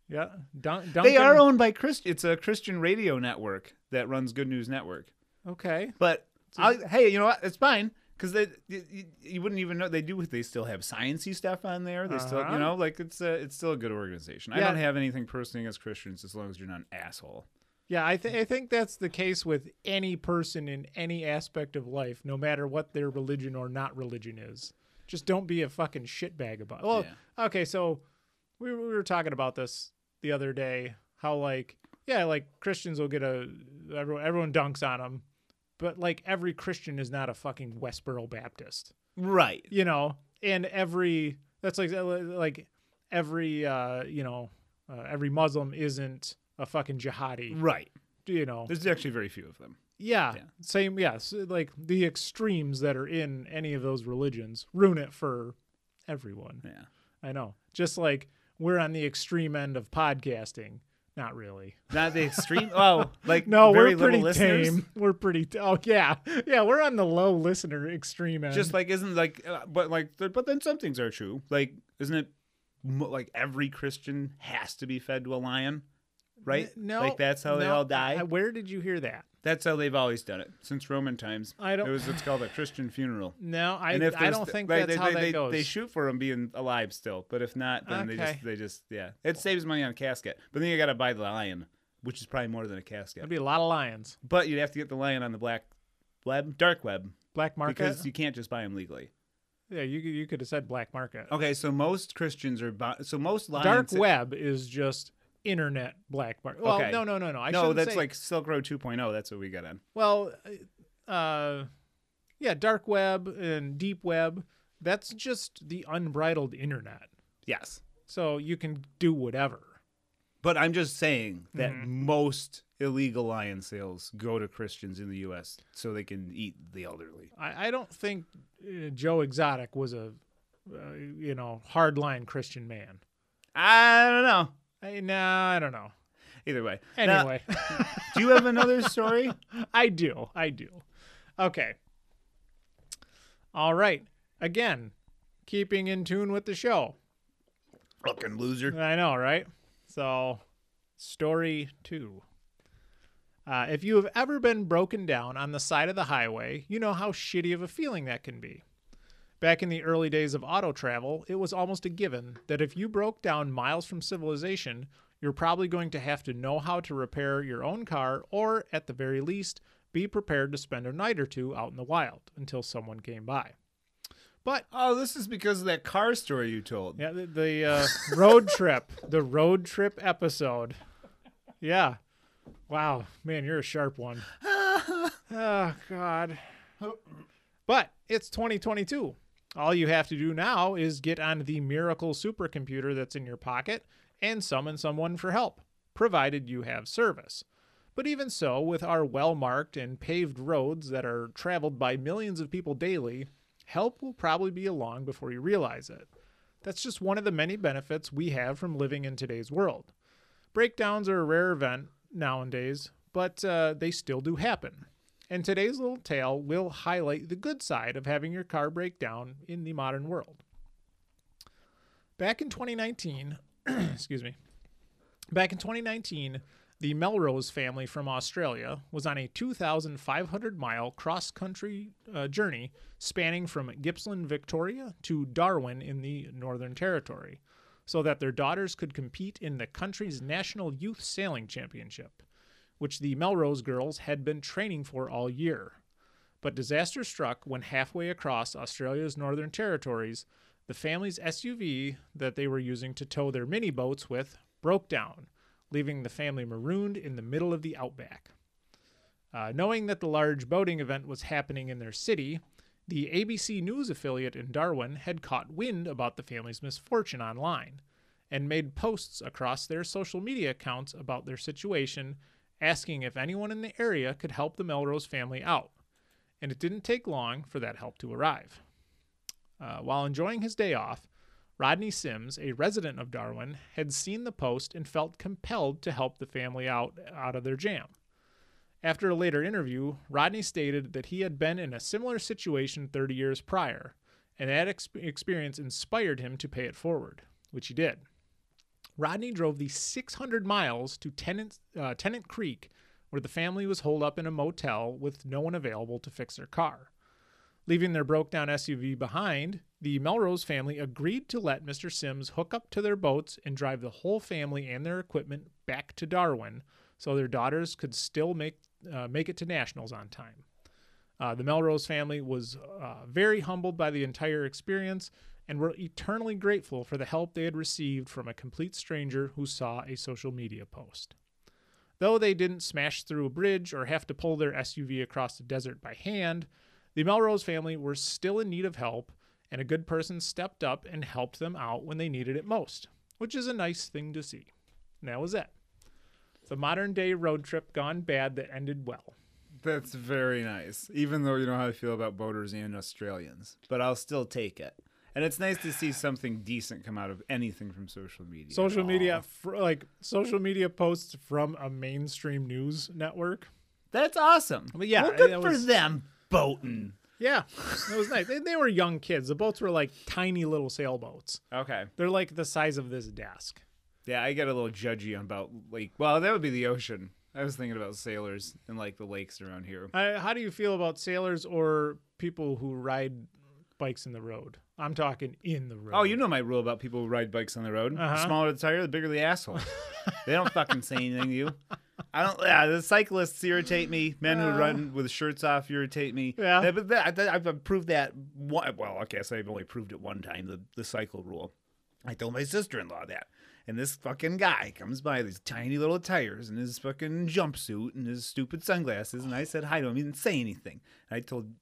Yeah, Dun- Duncan. They are owned by Christ. It's a Christian radio network that runs Good News Network. okay. But I, hey, you know what? It's fine because they you, you- you wouldn't even know they do. They still have sciency stuff on there. They still Uh-huh. you know like it's a, it's still a good organization. I Yeah. don't have anything personally against Christians as long as you're not an asshole. Yeah, I, th- I think that's the case with any person in any aspect of life, no matter what their religion or not religion is. Just don't be a fucking shitbag about it. Well, okay, so we, we were talking about this the other day how, like, yeah, like Christians will get a, everyone, everyone dunks on them, but like every Christian is not a fucking Westboro Baptist Right. you know and every that's like like every uh you know uh, every muslim isn't a fucking jihadi Right. you know There's actually very few of them. yeah, yeah. same yes like the extremes that are in any of those religions ruin it for everyone Yeah. i know just like we're on the extreme end of podcasting not really Not the extreme. oh, like no very we're pretty little listeners. tame we're pretty t- oh yeah yeah we're on the low listener extreme end Just like isn't like, uh, but like, th- but then some things are true. Like, isn't it mo- like every Christian has to be fed to a lion? right? N- no, like that's how they no. all die. I- Where did you hear that? That's how they've always done it since Roman times. I don't- It was what's called a Christian funeral. No, I, and if I there's- don't think right, that's they, how they, that they, goes. They shoot for him being alive still, but if not, then they Okay. just they just yeah, it saves money on a casket. But then you got to buy the lion, which is probably more than a casket. That'd be a lot of lions. But you'd have to get the lion on the black web, dark web, Black market. because you can't just buy them legally. yeah, you could- you could have said black market. Okay, so most Christians are bu- so most lions. Dark web is just internet black market. Well, Okay. no, no, no, no. I no, shouldn't that's say- like Silk Road 2.0. That's what we got on. well, uh, yeah, dark web and deep web. That's just the unbridled internet. Yes, So you can do whatever. but I'm just saying that Mm-hmm. most illegal lion sales go to Christians in the U.S. so they can eat the elderly. I, I don't think uh, Joe Exotic was a, uh, you know, hardline Christian man. I don't know. I, nah, I don't know. Either way. Now, Anyway, do you have another story? I do. I do. Okay. All right. Again, keeping in tune with the show. Fucking loser. I know, right? So, story two. Uh, if you have ever been broken down on the side of the highway, you know how shitty of a feeling that can be. Back in the early days of auto travel, it was almost a given that if you broke down miles from civilization, you're probably going to have to know how to repair your own car, or at the very least, be prepared to spend a night or two out in the wild until someone came by. But Oh, this is because of that car story you told. yeah, the, the uh, road trip, the road trip episode. Yeah. Wow, man, you're a sharp one. oh God. But it's 2022. All you have to do now is get on the miracle supercomputer that's in your pocket and summon someone for help, provided you have service. But even so, with our well marked and paved roads that are traveled by millions of people daily, help will probably be along before you realize it. That's just one of the many benefits we have from living in today's world. Breakdowns are a rare event nowadays, but uh, they still do happen. And today's little tale will highlight the good side of having your car break down in the modern world. Back in 2019, excuse me, back in 2019, the Melrose family from Australia was on a 2,500 mile cross country uh, journey spanning from Gippsland, Victoria to Darwin in the Northern Territory so that their daughters could compete in the country's National Youth Sailing Championship, which the Melrose girls had been training for all year. But disaster struck when halfway across Australia's northern territories, the family's SUV that they were using to tow their mini boats with broke down, leaving the family marooned in the middle of the outback. Uh, knowing that the large boating event was happening in their city, the ABC News affiliate in Darwin had caught wind about the family's misfortune online and made posts across their social media accounts about their situation, asking if anyone in the area could help the Melrose family out. And it didn't take long for that help to arrive. Uh, while enjoying his day off, Rodney Sims, a resident of Darwin, had seen the post and felt compelled to help the family out out of their jam. After a later interview, Rodney stated that he had been in a similar situation 30 years prior, and that ex- experience inspired him to pay it forward, which he did. Rodney drove the 600 miles to Tennant, uh, Tennant Creek, where the family was holed up in a motel with no one available to fix their car. Leaving their broke down SUV behind, the Melrose family agreed to let Mr. Sims hook up to their boats and drive the whole family and their equipment back to Darwin so their daughters could still make, uh, make it to nationals on time. Uh, the Melrose family was uh, very humbled by the entire experience and were eternally grateful for the help they had received from a complete stranger who saw a social media post. Though they didn't smash through a bridge or have to pull their SUV across the desert by hand, the Melrose family were still in need of help, and a good person stepped up and helped them out when they needed it most, which is a nice thing to see. And that was it. The modern day road trip gone bad that ended well. That's very nice, even though you know how I feel about boaters and Australians, but I'll still take it. And it's nice to see something decent come out of anything from social media. social Aw. media fr- like social media posts from a mainstream news network That's awesome. But yeah, well, good that for was- them boating. yeah it was nice they, they were young kids the boats were like tiny little sailboats Okay. they're like the size of this desk Yeah, I get a little judgy about like. Well, that would be the ocean. I was thinking about sailors and like the lakes around here. Uh, how do you feel about sailors or people who ride bikes in the road? I'm talking in the road. Oh, you know my rule about people who ride bikes on the road. The Uh-huh. smaller the tire, the bigger the asshole. they don't fucking say anything to you. I don't. Yeah, the cyclists irritate me. Men who run with shirts off irritate me. Uh. Yeah. That- but that, that- I've proved that. One, well, I guess I've only proved it one time. The the cycle rule. I told my sister-in-law that, and this fucking guy comes by these tiny little tires and his fucking jumpsuit and his stupid sunglasses, and I said hi to him. He didn't say anything. I told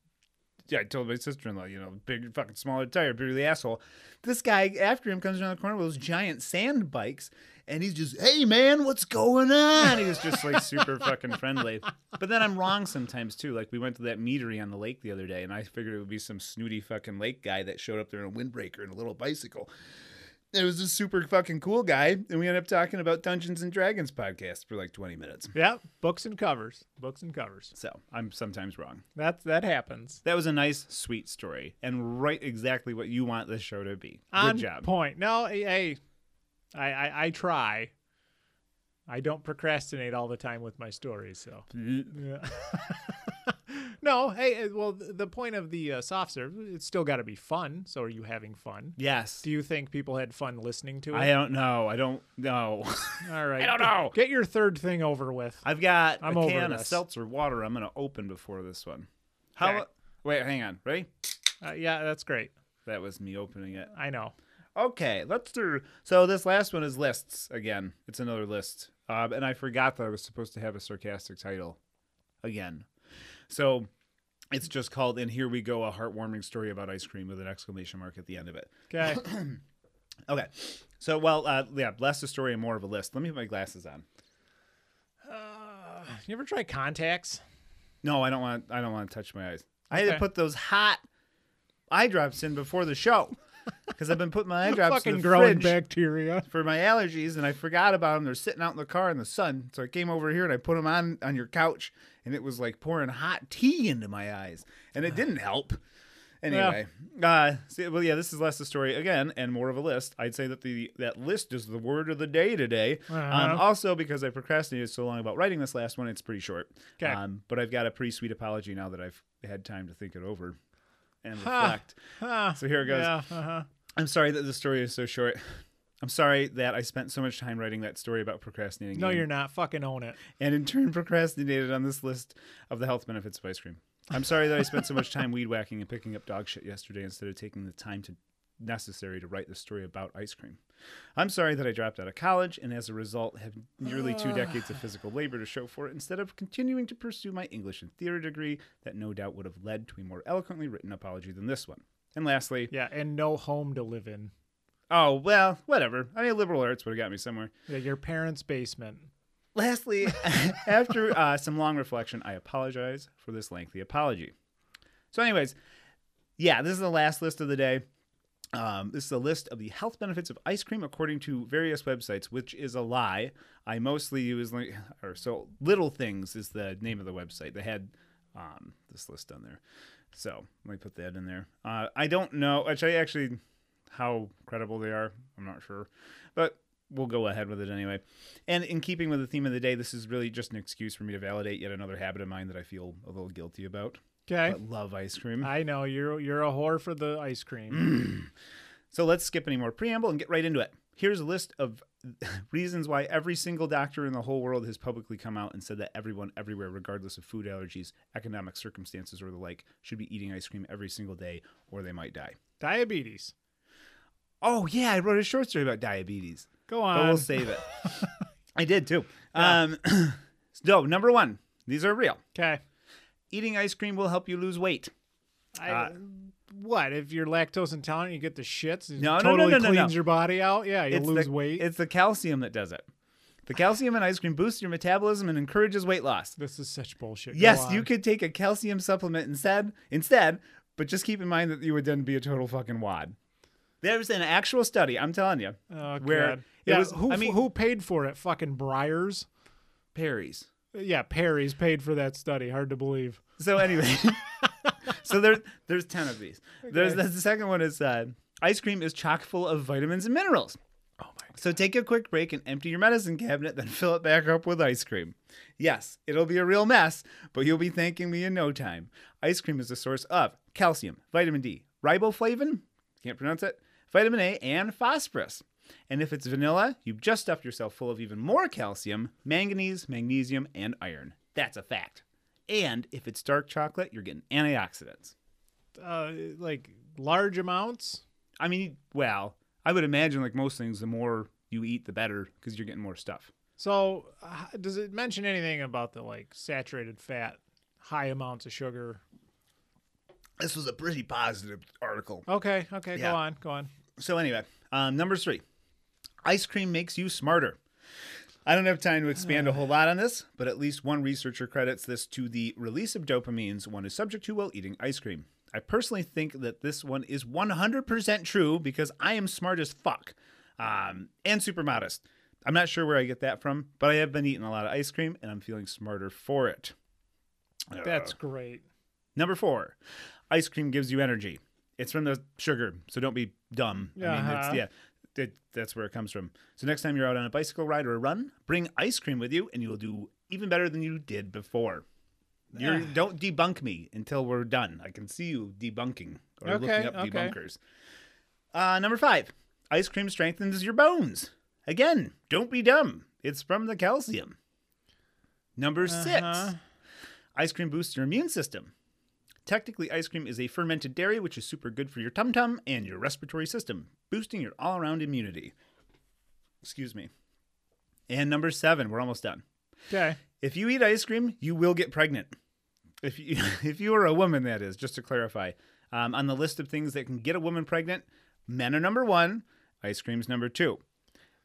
yeah, I told my sister in law, you know, big fucking smaller tire, bigger the asshole. This guy after him comes around the corner with those giant sand bikes, and he's just, hey man, what's going on? He was just like super fucking friendly. But then I'm wrong sometimes too. Like we went to that meadery on the lake the other day, and I figured it would be some snooty fucking lake guy that showed up there in a windbreaker and a little bicycle. It was this super fucking cool guy, and we ended up talking about Dungeons and Dragons podcast for like 20 minutes. yeah, books and covers, books and covers. So I'm sometimes wrong. That's that happens. That was a nice, sweet story, and right exactly what you want this show to be. On Good job. point. No, hey, I, I I try. I don't procrastinate all the time with my stories, so. Yeah. no, hey, eh, well, th- the point of the uh, soft serve, it's still got to be fun. So, are you having fun? Yes. Do you think people had fun listening to it? I don't know. I don't know. All right, I don't know. Get your third thing over with. I've got I'm a over can of this. seltzer water. I'm gonna open before this one. How? Okay. Wait, hang on. Ready? Uh, yeah, that's great. That was me opening it. I know. Okay, let's do. So this last one is lists again. It's another list, um, and I forgot that I was supposed to have a sarcastic title, again. So it's just called "And Here We Go: A Heartwarming Story About Ice Cream" with an exclamation mark at the end of it. Okay. Okay. So, well, uh, yeah, less a story and more of a list. Let me put my glasses on. uh, you ever try contacts? No, I don't want. I don't want to touch my eyes. I had to Okay. put those hot eye drops in before the show because I've been putting my eye drops in Fucking the growing fridge bacteria. for my allergies, and I forgot about them. They're sitting out in the car in the sun, so I came over here and I put them on on your couch, and it was like pouring hot tea into my eyes, and it didn't help. Anyway, uh, see, well, yeah, this is less a story again and more of a list. I'd say that the that list is the word of the day today. Uh-huh. Um, also, because I procrastinated so long about writing this last one, it's pretty short. 'Kay. Um, but I've got a pretty sweet apology now that I've had time to think it over and Huh. reflect. Huh. So here it goes. Yeah, uh-huh. I'm sorry that the story is so short. I'm sorry that I spent so much time writing that story about procrastinating. No, and- you're not. Fucking own it. and in turn procrastinated on this list of the health benefits of ice cream. I'm sorry that I spent so much time weed whacking and picking up dog shit yesterday instead of taking the time to necessary to write the story about ice cream. I'm sorry that I dropped out of college and as a result have nearly two decades of physical labor to show for it instead of continuing to pursue my English and theater degree that no doubt would have led to a more eloquently written apology than this one. And lastly, Yeah, and no home to live in. oh well, whatever. I mean liberal arts would have got me somewhere. Yeah, your parents' basement. Lastly, after uh, some long reflection, I apologize for this lengthy apology. So, anyways, yeah, this is the last list of the day. Um, this is a list of the health benefits of ice cream according to various websites, which is a lie. I mostly use like or so little things is the name of the website. They had um, this list on there, so let me put that in there. Uh, I don't know, which I actually how credible they are. I'm not sure, but we'll go ahead with it anyway. And in keeping with the theme of the day, this is really just an excuse for me to validate yet another habit of mine that I feel a little guilty about. Okay. But Mm. love ice cream. I know you're you're a whore for the ice cream. So let's skip any more preamble and get right into it. Here's a list of reasons why every single doctor in the whole world has publicly come out and said that everyone everywhere, regardless of food allergies, economic circumstances, or the like, should be eating ice cream every single day or they might die. Diabetes. Oh, yeah, I wrote a short story about diabetes. Go but on. we'll save it. I did too. Um, no, number one, these are real. Okay. Eating ice cream will help you lose weight. I, Uh, what if you're lactose intolerant? You get the shits. It No, no, no, totally no, no, cleans no. your body out. Yeah, you lose the, weight. It's the calcium that does it. The calcium in ice cream boosts your metabolism and encourages weight loss. this is such bullshit. Go Yes, you on. Oh, could take a calcium supplement instead. Instead, but just keep in mind that you would then be a total fucking wad. There's an actual study. I'm telling you, Oh, where God. it yeah, was- who I mean- who paid for it? Fucking Briars. Perry's. Yeah, Perry's paid for that study. Hard to believe. So anyway, so there's there's ten of these. There's the second one is uh, ice cream is chock full of vitamins and minerals. Oh my So take a quick break and empty your medicine cabinet, then fill it back up with ice cream. Yes, it'll be a real mess, but you'll be thanking me in no time. Ice cream is a source of calcium, vitamin D, riboflavin, can't pronounce it, vitamin A, and phosphorus. And if it's vanilla, you've just stuffed yourself full of even more calcium, manganese, magnesium, and iron. That's a fact. And if it's dark chocolate, you're getting antioxidants. Uh, like large amounts. I mean, well, I would imagine like most things, the more you eat, the better because you're getting more stuff. So, uh, does it mention anything about the like saturated fat, high amounts of sugar? This was a pretty positive article. Okay, okay, Yeah. go on, go on. So anyway, um, number three, ice cream makes you smarter. I don't have time to expand a whole lot on this, but at least one researcher credits this to the release of dopamines one is subject to while eating ice cream. I personally think that this one is 100% true because I am smart as fuck um, and super modest. I'm not sure where I get that from, but I have been eating a lot of ice cream and I'm feeling smarter for it. Uh, That's great. Number four, ice cream gives you energy. It's from the sugar, so don't be dumb. I mean, Uh-huh. it's, yeah, that that's where it comes from. So next time you're out on a bicycle ride or a run, bring ice cream with you, and you will do even better than you did before. You're, Ah. don't debunk me until we're done. I can see you debunking or Okay, looking up okay. debunkers. Uh, number five, ice cream strengthens your bones. Again, don't be dumb. It's from the calcium. Number Uh-huh. six, ice cream boosts your immune system. Technically, ice cream is a fermented dairy, which is super good for your tum tum and your respiratory system, boosting your all around immunity. Excuse me. And number seven, we're almost done. Okay. If you eat ice cream, you will get pregnant. If you if you are a woman, that is. Just to clarify, um, on the list of things that can get a woman pregnant, men are number one. Ice cream's number two.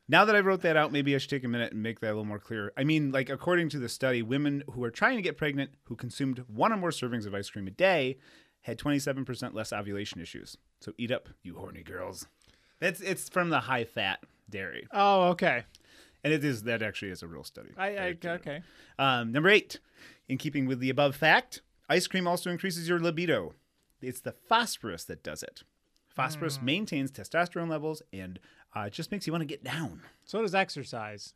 Now that I wrote that out, maybe I should take a minute and make that a little more clear. I mean, like according to the study, women who are trying to get pregnant who consumed one or more servings of ice cream a day had 27% less ovulation issues. So eat up, you horny girls. That's it's from the high fat dairy, Oh, okay. and it is that actually is a real study. I, I looked it up. okay. Um, number eight, in keeping with the above fact, ice cream also increases your libido. It's the phosphorus that does it. Hmm. Phosphorus maintains testosterone levels and uh, just makes you want to get down. So does exercise.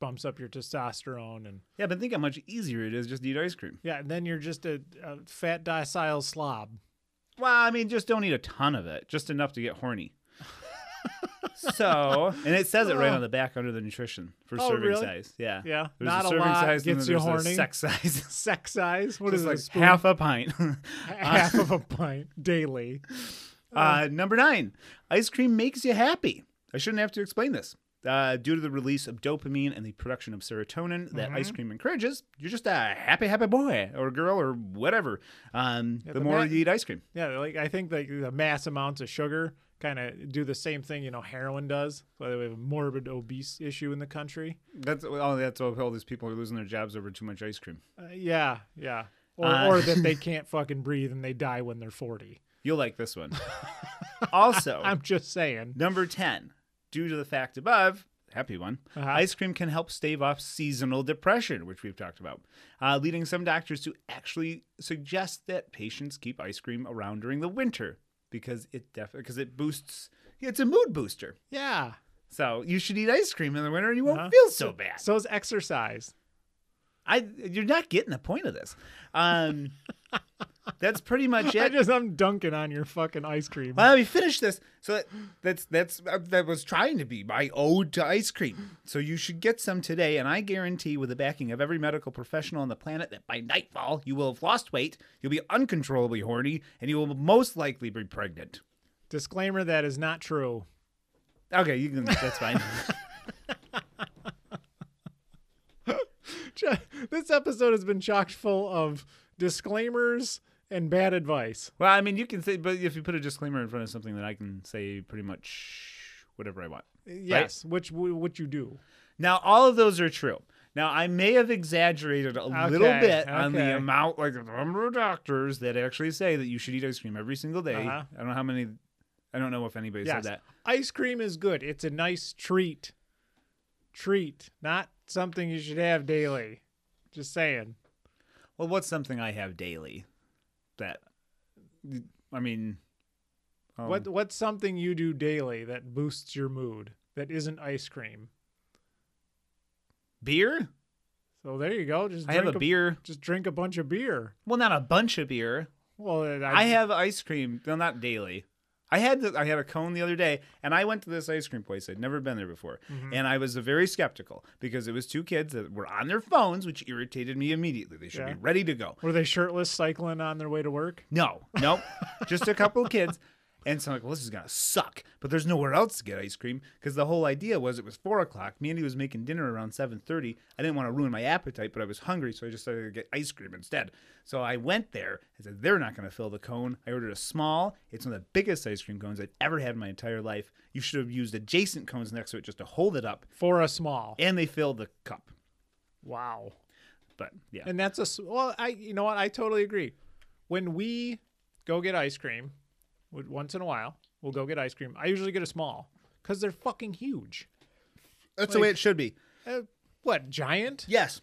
Bumps up your testosterone and Yeah, but think how much easier it is just to eat ice cream. yeah, and then you're just a, a fat docile slob. Well, I mean, just don't eat a ton of it, just enough to get horny. so, and it says it right on the back under the nutrition for Oh, serving really? size. Yeah, Yeah. There's Not a a serving lot size and gets then you there's a horny. sex size. Sex size. What It's is like this? half a pint. half of a pint daily. Uh, number nine, ice cream makes you happy. I shouldn't have to explain this. Uh, due to the release of dopamine and the production of serotonin that ice cream encourages, you're just a happy, happy boy or girl or whatever. Um, the, the more ma- you eat ice cream. Yeah, like I think like the mass amounts of sugar kind of do the same thing you know heroin does. That's why we have a morbid obese issue in the country. That's oh, that's why all these people are losing their jobs over too much ice cream. Uh, yeah, yeah. Or, Uh, or that they can't fucking breathe and they die when they're 40. You'll like this one. also, I'm just saying. number ten, due to the fact above, happy one, Uh-huh. ice cream can help stave off seasonal depression, which we've talked about, uh, leading some doctors to actually suggest that patients keep ice cream around during the winter because it def- because it boosts. It's a mood booster. Yeah. So you should eat ice cream in the winter, and you won't Uh-huh. feel so bad. So is exercise. I you're not getting the point of this. Um, that's pretty much I it. just I'm dunking on your fucking ice cream. Well, let me finish this. So that, that's that's uh, that was trying to be my ode to ice cream. So you should get some today, and I guarantee, with the backing of every medical professional on the planet, that by nightfall you will have lost weight, you'll be uncontrollably horny, and you will most likely be pregnant. Disclaimer that is not true. Okay, you can. That's fine. Ju- This episode has been chock full of disclaimers and bad advice. well, I mean, you can say, but if you put a disclaimer in front of something, then I can say pretty much whatever I want. Yes, which w- what you do. Now, all of those are true. Now, I may have exaggerated a little Okay, bit on okay. the amount, like the number of doctors that actually say that you should eat ice cream every single day. Uh-huh. I don't know how many, I don't know if anybody Yes. said that. Ice cream is good. It's a nice treat. Treat, not something you should have daily. Just saying. Well, what's something I have daily that, I mean, um, Oh. What what's something you do daily that boosts your mood? that isn't ice cream. Beer? So there you go. Just I have drink a beer. Just drink a bunch of beer. Well, not a bunch of beer. Well, I I, have ice cream. No, not daily. I had the, I had a cone the other day, and I went to this ice cream place. I'd never been there before, Mm-hmm. and I was very skeptical because it was two kids that were on their phones, which irritated me immediately. They should Yeah. be ready to go. Were they shirtless cycling on their way to work? No, no, just a couple of kids. And so I'm like, well, this is gonna suck. But there's nowhere else to get ice cream because the whole idea was it was four o'clock. Mandy was making dinner around seven thirty. I didn't want to ruin my appetite, but I was hungry, so I just decided to get ice cream instead. So I went there. I said they're not gonna fill the cone. I ordered a small. It's one of the biggest ice cream cones I've ever had in my entire life. You should have used adjacent cones next to it just to hold it up. For a small. And they filled the cup. Wow. But yeah, And that's a s- well. I you know what? I totally agree. When we go get ice cream, w- once in a while, we'll go get ice cream. I usually get a small because they're fucking huge. that's the way it should be. Uh, what giant? Yes.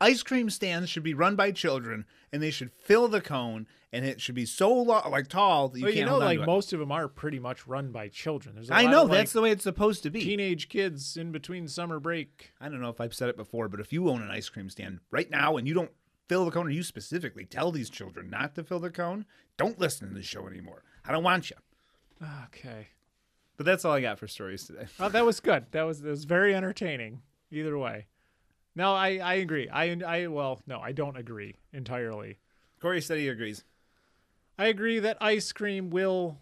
Ice cream stands should be run by children, and they should fill the cone, and it should be so lo- like tall that you But can't you know, hold on like to it. most of them are pretty much run by children. There's a I lot know of, that's like, the way it's supposed to be. teenage kids in between summer break. I don't know if I've said it before, but if you own an ice cream stand right now and you don't fill the cone, or you specifically tell these children not to fill the cone, don't listen to the show anymore. I don't want you. Okay. But that's all I got for stories today. Oh, that was good. That was that was very entertaining. Either way. No, I I agree. I I well, no, I don't agree entirely. Corey said he agrees. I agree that ice cream will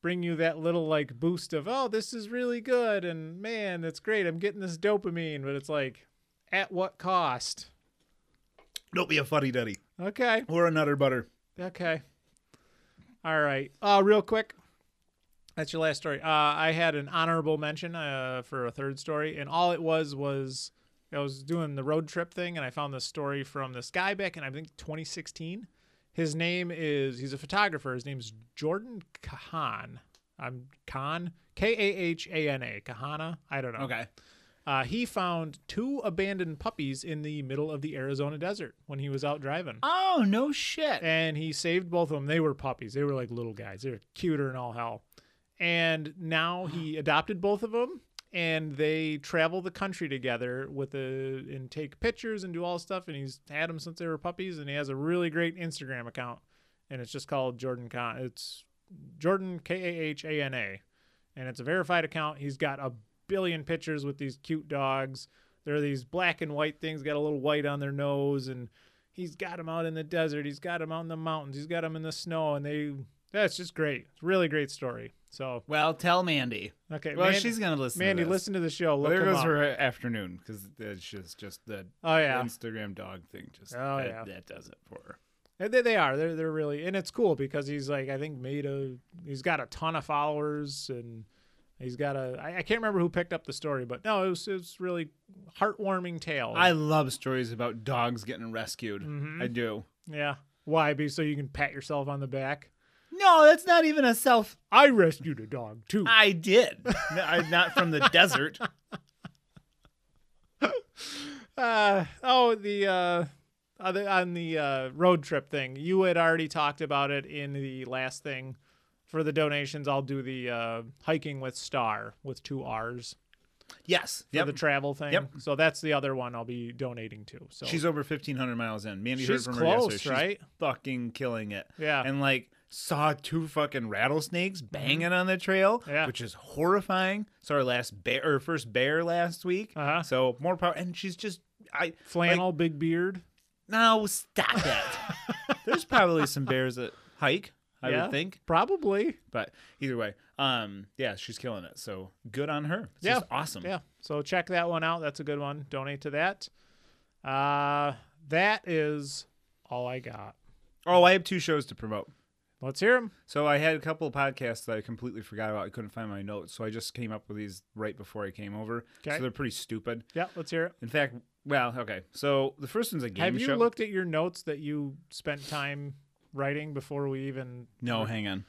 bring you that little like boost of oh this is really good and man that's great i'm getting this dopamine but it's like at what cost Don't be a fuddy duddy okay or a nutter butter. Okay. All right. Uh, real quick. That's your last story. Uh, I had an honorable mention uh, for a third story, and all it was was I was doing the road trip thing, and I found this story from this guy back in I think 2016. His name is he's a photographer. His name's Jordan Kahan. I'm Khan K A H A N A Kahana. I don't know. Okay. Uh, he found two abandoned puppies in the middle of the Arizona desert when he was out driving Oh no shit. and he saved both of them. They were puppies. They were like little guys. They were cuter and all hell. And now he adopted both of them, and they travel the country together with a and take pictures and do all stuff. And he's had them since they were puppies, and he has a really great Instagram account, and it's just called Jordan Con. It's Jordan K A H A N A, and it's a verified account. He's got a billion pictures with these cute dogs. There are these black and white things, got a little white on their nose, and he's got them out in the desert. He's got them out in the mountains. He's got them in the snow, and they that's just great. It's a really great story. So Well, tell Mandy. okay, Well, Man- she's gonna listen. to Mandy, this. listen to the show. Look Well, there him goes up. her afternoon because it's just just the Oh yeah, Instagram dog thing. Just Oh, that, yeah. that does it for her. And they, they are. They're they're really and it's cool because he's like I think made a he's got a ton of followers and he's got a I, I can't remember who picked up the story, but no, it was it's really heartwarming tale. I love stories about dogs getting rescued. I do. yeah. Why be so you can pat yourself on the back? No, that's not even a self. I rescued a dog too. I did. No, I'm not from the desert. uh oh the uh other on the uh road trip thing you had already talked about it in the last thing for the donations i'll do the uh hiking with star with two r's Yes. for Yep. the travel thing Yep. so that's the other one i'll be donating to so She's over 1,500 miles in. Mandy She's heard from her close, yesterday. She's right? fucking killing it. Yeah. And like saw two fucking rattlesnakes banging on the trail, Yeah. which is horrifying. Saw her last bear or first bear last week. Uh-huh. So more power. And she's just I like, flannel big beard No, stop that. There's probably some bears that hike, I Yeah. would think. probably But either way, um, yeah, she's killing it. So good on her. It's Yeah. just awesome. yeah so check that one out that's a good one donate to that uh that is all i got Oh, I have two shows to promote. let's hear them So I had a couple of podcasts that I completely forgot about. I couldn't find my notes, so I just came up with these right before I came over. Okay. So they're pretty stupid. yeah let's hear it In fact, well, okay. So the first one's a game Have you show. looked at your notes that you spent time writing before we even? no, hang on.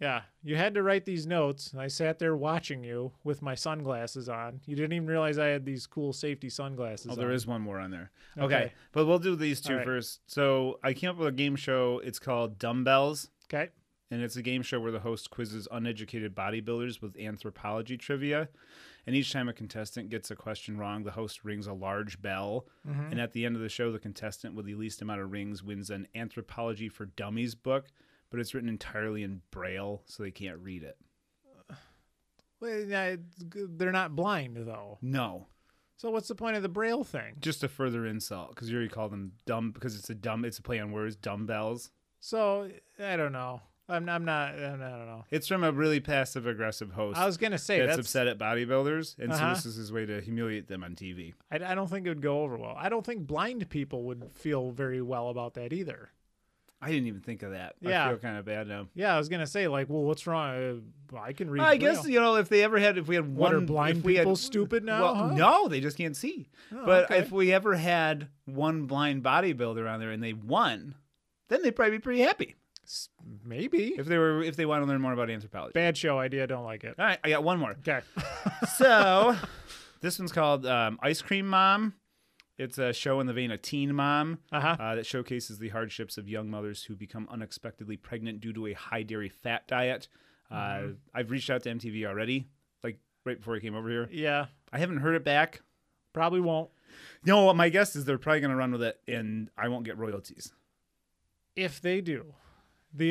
Yeah, you had to write these notes, and I sat there watching you with my sunglasses on. You didn't even realize I had these cool safety sunglasses. Oh, there on. is one more on there. Okay. Okay. But we'll do these two All first. right. So I came up with a game show. It's called Dumbbells. Okay. and it's a game show where the host quizzes uneducated bodybuilders with anthropology trivia. And each time a contestant gets a question wrong, the host rings a large bell. Mm-hmm. And at the end of the show, the contestant with the least amount of rings wins an Anthropology for Dummies book, but it's written entirely in Braille, so they can't read it. Well, yeah, it's g- they're not blind though. No, So what's the point of the braille thing? just a further insult because you already call them dumb because it's a dumb, it's a play on words, dumbbells. So I don't know. I'm, I'm not. I'm, I don't know. It's from a really passive aggressive host. I was gonna say that's, that's. upset at bodybuilders, and Uh-huh. so this is his way to humiliate them on TV. I, I don't think it would go over well. I don't think blind people would feel very well about that either. I didn't even think of that. Yeah. I feel kind of bad now. Yeah, I was gonna say like, well, what's wrong? Uh, I can read. I guess braille. you know if they ever had if we had What, one are blind if we had- people stupid now, Well, huh? no, they just can't see. Oh, but okay. if we ever had one blind bodybuilder on there and they won, then they'd probably be pretty happy S- maybe if they were if they want to learn more about anthropology. bad show idea. Don't like it. All right, I got one more. Okay. so this one's called um, Ice Cream Mom. It's a show in the vein of Teen Mom Uh-huh. uh, that showcases the hardships of young mothers who become unexpectedly pregnant due to a high dairy fat diet. Uh, I've reached out to MTV already, like right before I came over here. Yeah. I haven't heard it back. Probably won't. No, my guess is they're probably going to run with it, and I won't get royalties. if they do, the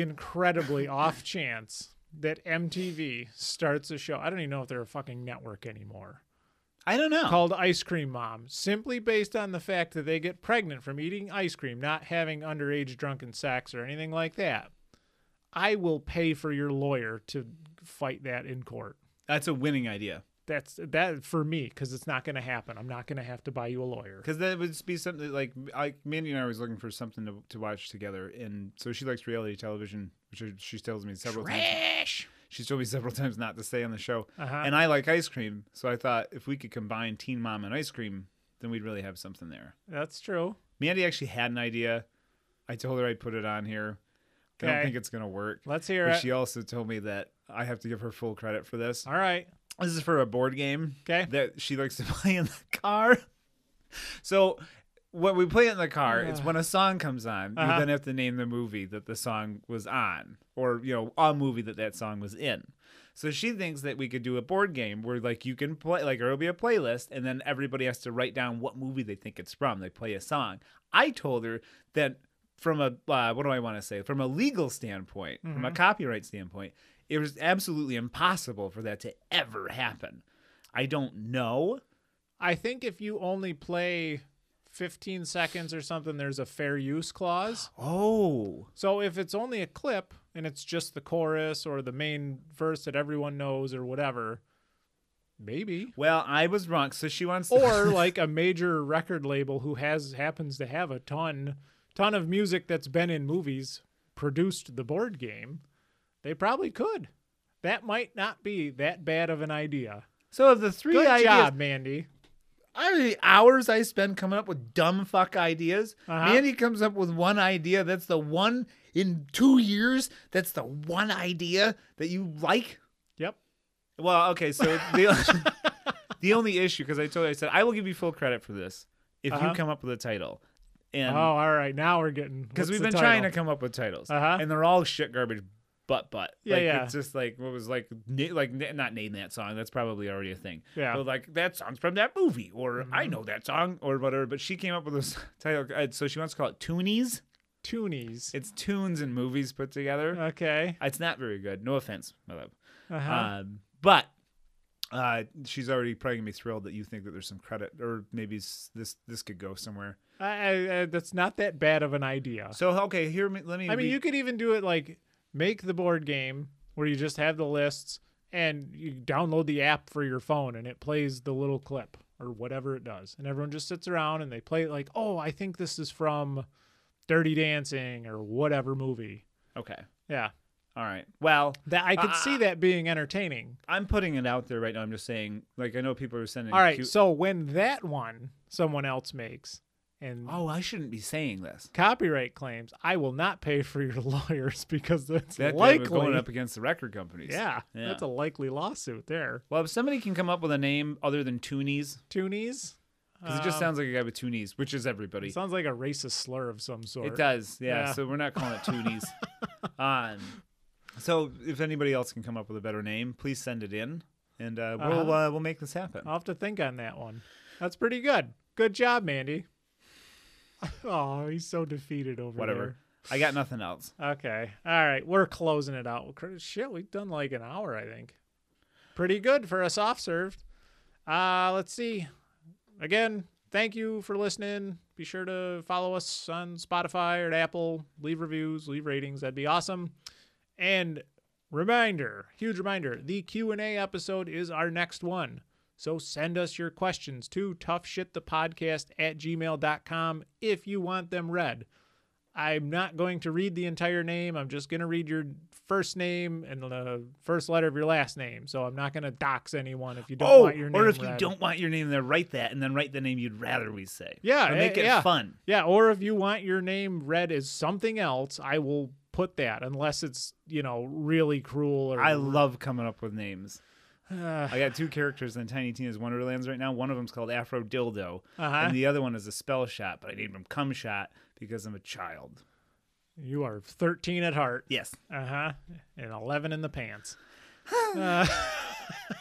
incredibly off chance that MTV starts a show, I don't even know if they're a fucking network anymore, I don't know. called Ice Cream Mom, simply based on the fact that they get pregnant from eating ice cream, not having underage drunken sex or anything like that, I will pay for your lawyer to fight that in court. That's a winning idea That's that for me because it's not going to happen. I'm not going to have to buy you a lawyer. because that would just be something like I, Mandy and I was looking for something to, to watch together, and so she likes reality television, which she tells me several times. Trash. She's told me several times not to stay on the show. Uh-huh. And I like ice cream, so I thought if we could combine Teen Mom and ice cream, then we'd really have something there. That's true. Mandy actually had an idea. I told her I'd put it on here. I Okay. don't think it's gonna work. Let's hear But it. she also told me that I have to give her full credit for this. All right. This is for a board game Okay. that she likes to play in the car. So when we play it in the car, it's when a song comes on, Uh-huh. you then have to name the movie that the song was on, or you know, a movie that that song was in. So she thinks that we could do a board game where like you can play, like there'll be a playlist, and then everybody has to write down what movie they think it's from. They play a song. I told her that from a uh, what do I want to say? From a legal standpoint, from a Mm-hmm. copyright standpoint, it was absolutely impossible for that to ever happen. I don't know. I think if you only play 15 seconds or something, there's a fair use clause. Oh, So if it's only a clip and it's just the chorus or the main verse that everyone knows or whatever, maybe. well, I was wrong. So she wants to- Or like a major record label who has happens to have a ton ton of music that's been in movies produced the board game, they probably could. That might not be that bad of an idea. so of the three Good ideas, job, Mandy. I the hours I spend coming up with dumb fuck ideas. Uh-huh. Mandy comes up with one idea. That's the one in two years. That's the one idea that you like. Yep. Well, okay. So the the only issue, because I told her, I said I will give you full credit for this if Uh-huh. you come up with a title, Oh, and all right. Now we're getting because what's we've the been trying title? to come up with titles, Uh-huh. and they're all shit garbage, butt butt. Yeah, like, yeah. It's just like what was like na- like na- not name that song. That's probably already a thing. Yeah. Mm-hmm. But like that song's from that movie, or I know that song, or whatever. But she came up with this title, uh, so she wants to call it Toonies. Toonies. It's tunes and movies put together. Uh. Okay. it's not very good. No offense, my love. Uh-huh. Um, but uh, she's already probably gonna be thrilled that you think that there's some credit, or maybe s- this this could go somewhere. I, I, I, that's not that bad of an idea. So okay, here me- let me. Uh. I mean, re- you could even do it like make the board game where you just have the lists and you download the app for your phone and it plays the little clip or whatever it does. And everyone just sits around and they play it like, oh, I think this is from Dirty Dancing or whatever movie. okay. Yeah. All right. Well, That I could see Ah. that being entertaining. I'm putting it out there right now. I'm just saying, like, I know people are sending. All right. cute- So when that one someone else makes and oh, I shouldn't be saying this. copyright claims, I will not pay for your lawyers because that's That guy was likely. going up against the record companies. yeah, Yeah. that's a likely lawsuit there. Well, if somebody can come up with a name other than Toonies, Toonies. because it just Um, sounds like a guy with two knees, which is everybody. it sounds like a racist slur of some sort. It does, yeah. Yeah. So we're not calling it Toonies. um, So if anybody else can come up with a better name, please send it in, and uh, we'll Uh-huh. uh we'll make this happen. I'll have to think on that one. That's pretty good. Good job, Mandy. Oh, he's so defeated over Whatever. I got nothing else. there. Okay. All right. We're closing it out. Cr- Shit, we've done like an hour, I think. Pretty good for a soft serve. Uh, let's see. Again, thank you for listening. Be sure to follow us on Spotify or at Apple. Leave reviews, leave ratings. That'd be awesome. And reminder, huge reminder, the Q&A episode is our next one. So send us your questions to toughshitthepodcast at gmail.com if you want them read. I'm not going to read the entire name. I'm just going to read your first name and the first letter of your last name. So I'm not going to dox anyone if you don't Oh, want your name or if you read. don't want your name there, write that, and then write the name you'd rather we say. Yeah, or eh, make it yeah. fun. Yeah, or if you want your name read as something else, I will put that unless it's, you know, really cruel or I love coming up with names. Uh, I got two characters in Tiny Tina's Wonderlands right now. One of them's called Afro Dildo, Uh-huh. and the other one is a spell shot. But I named him Cum Shot because I'm a child. you are 13 at heart. Yes. Uh-huh. And 11 in the pants. Uh,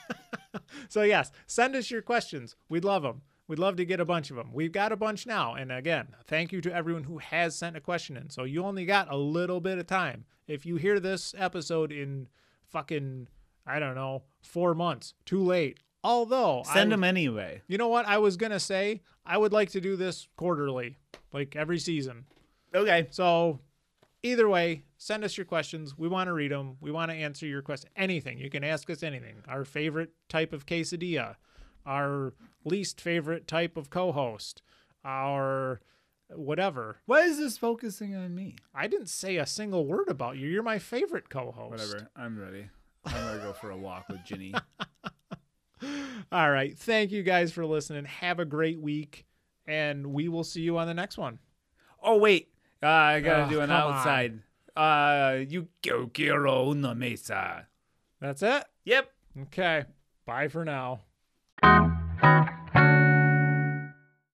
so yes, send us your questions. We'd love them. We'd love to get a bunch of them. We've got a bunch now. And again, thank you to everyone who has sent a question in. So you only got a little bit of time. If you hear this episode in fucking I don't know, 4 months, too late. Although I Send them anyway. You know what I was going to say? I would like to do this quarterly, like every season. Okay. So, either way, send us your questions. We want to read them. We want to answer your question. Anything you can ask us, anything. Our favorite type of quesadilla, our least favorite type of co-host, our whatever. Why is this focusing on me? I didn't say a single word about you. You're my favorite co-host. Whatever. I'm ready. I'm gonna go for a walk with Ginny. All right. Thank you guys for listening. Have a great week, and we will see you on the next one. Oh wait, uh, I gotta Oh, do an come on. outside. Uh, you go, Kiro, una mesa. That's it. Yep. Okay. Bye for now.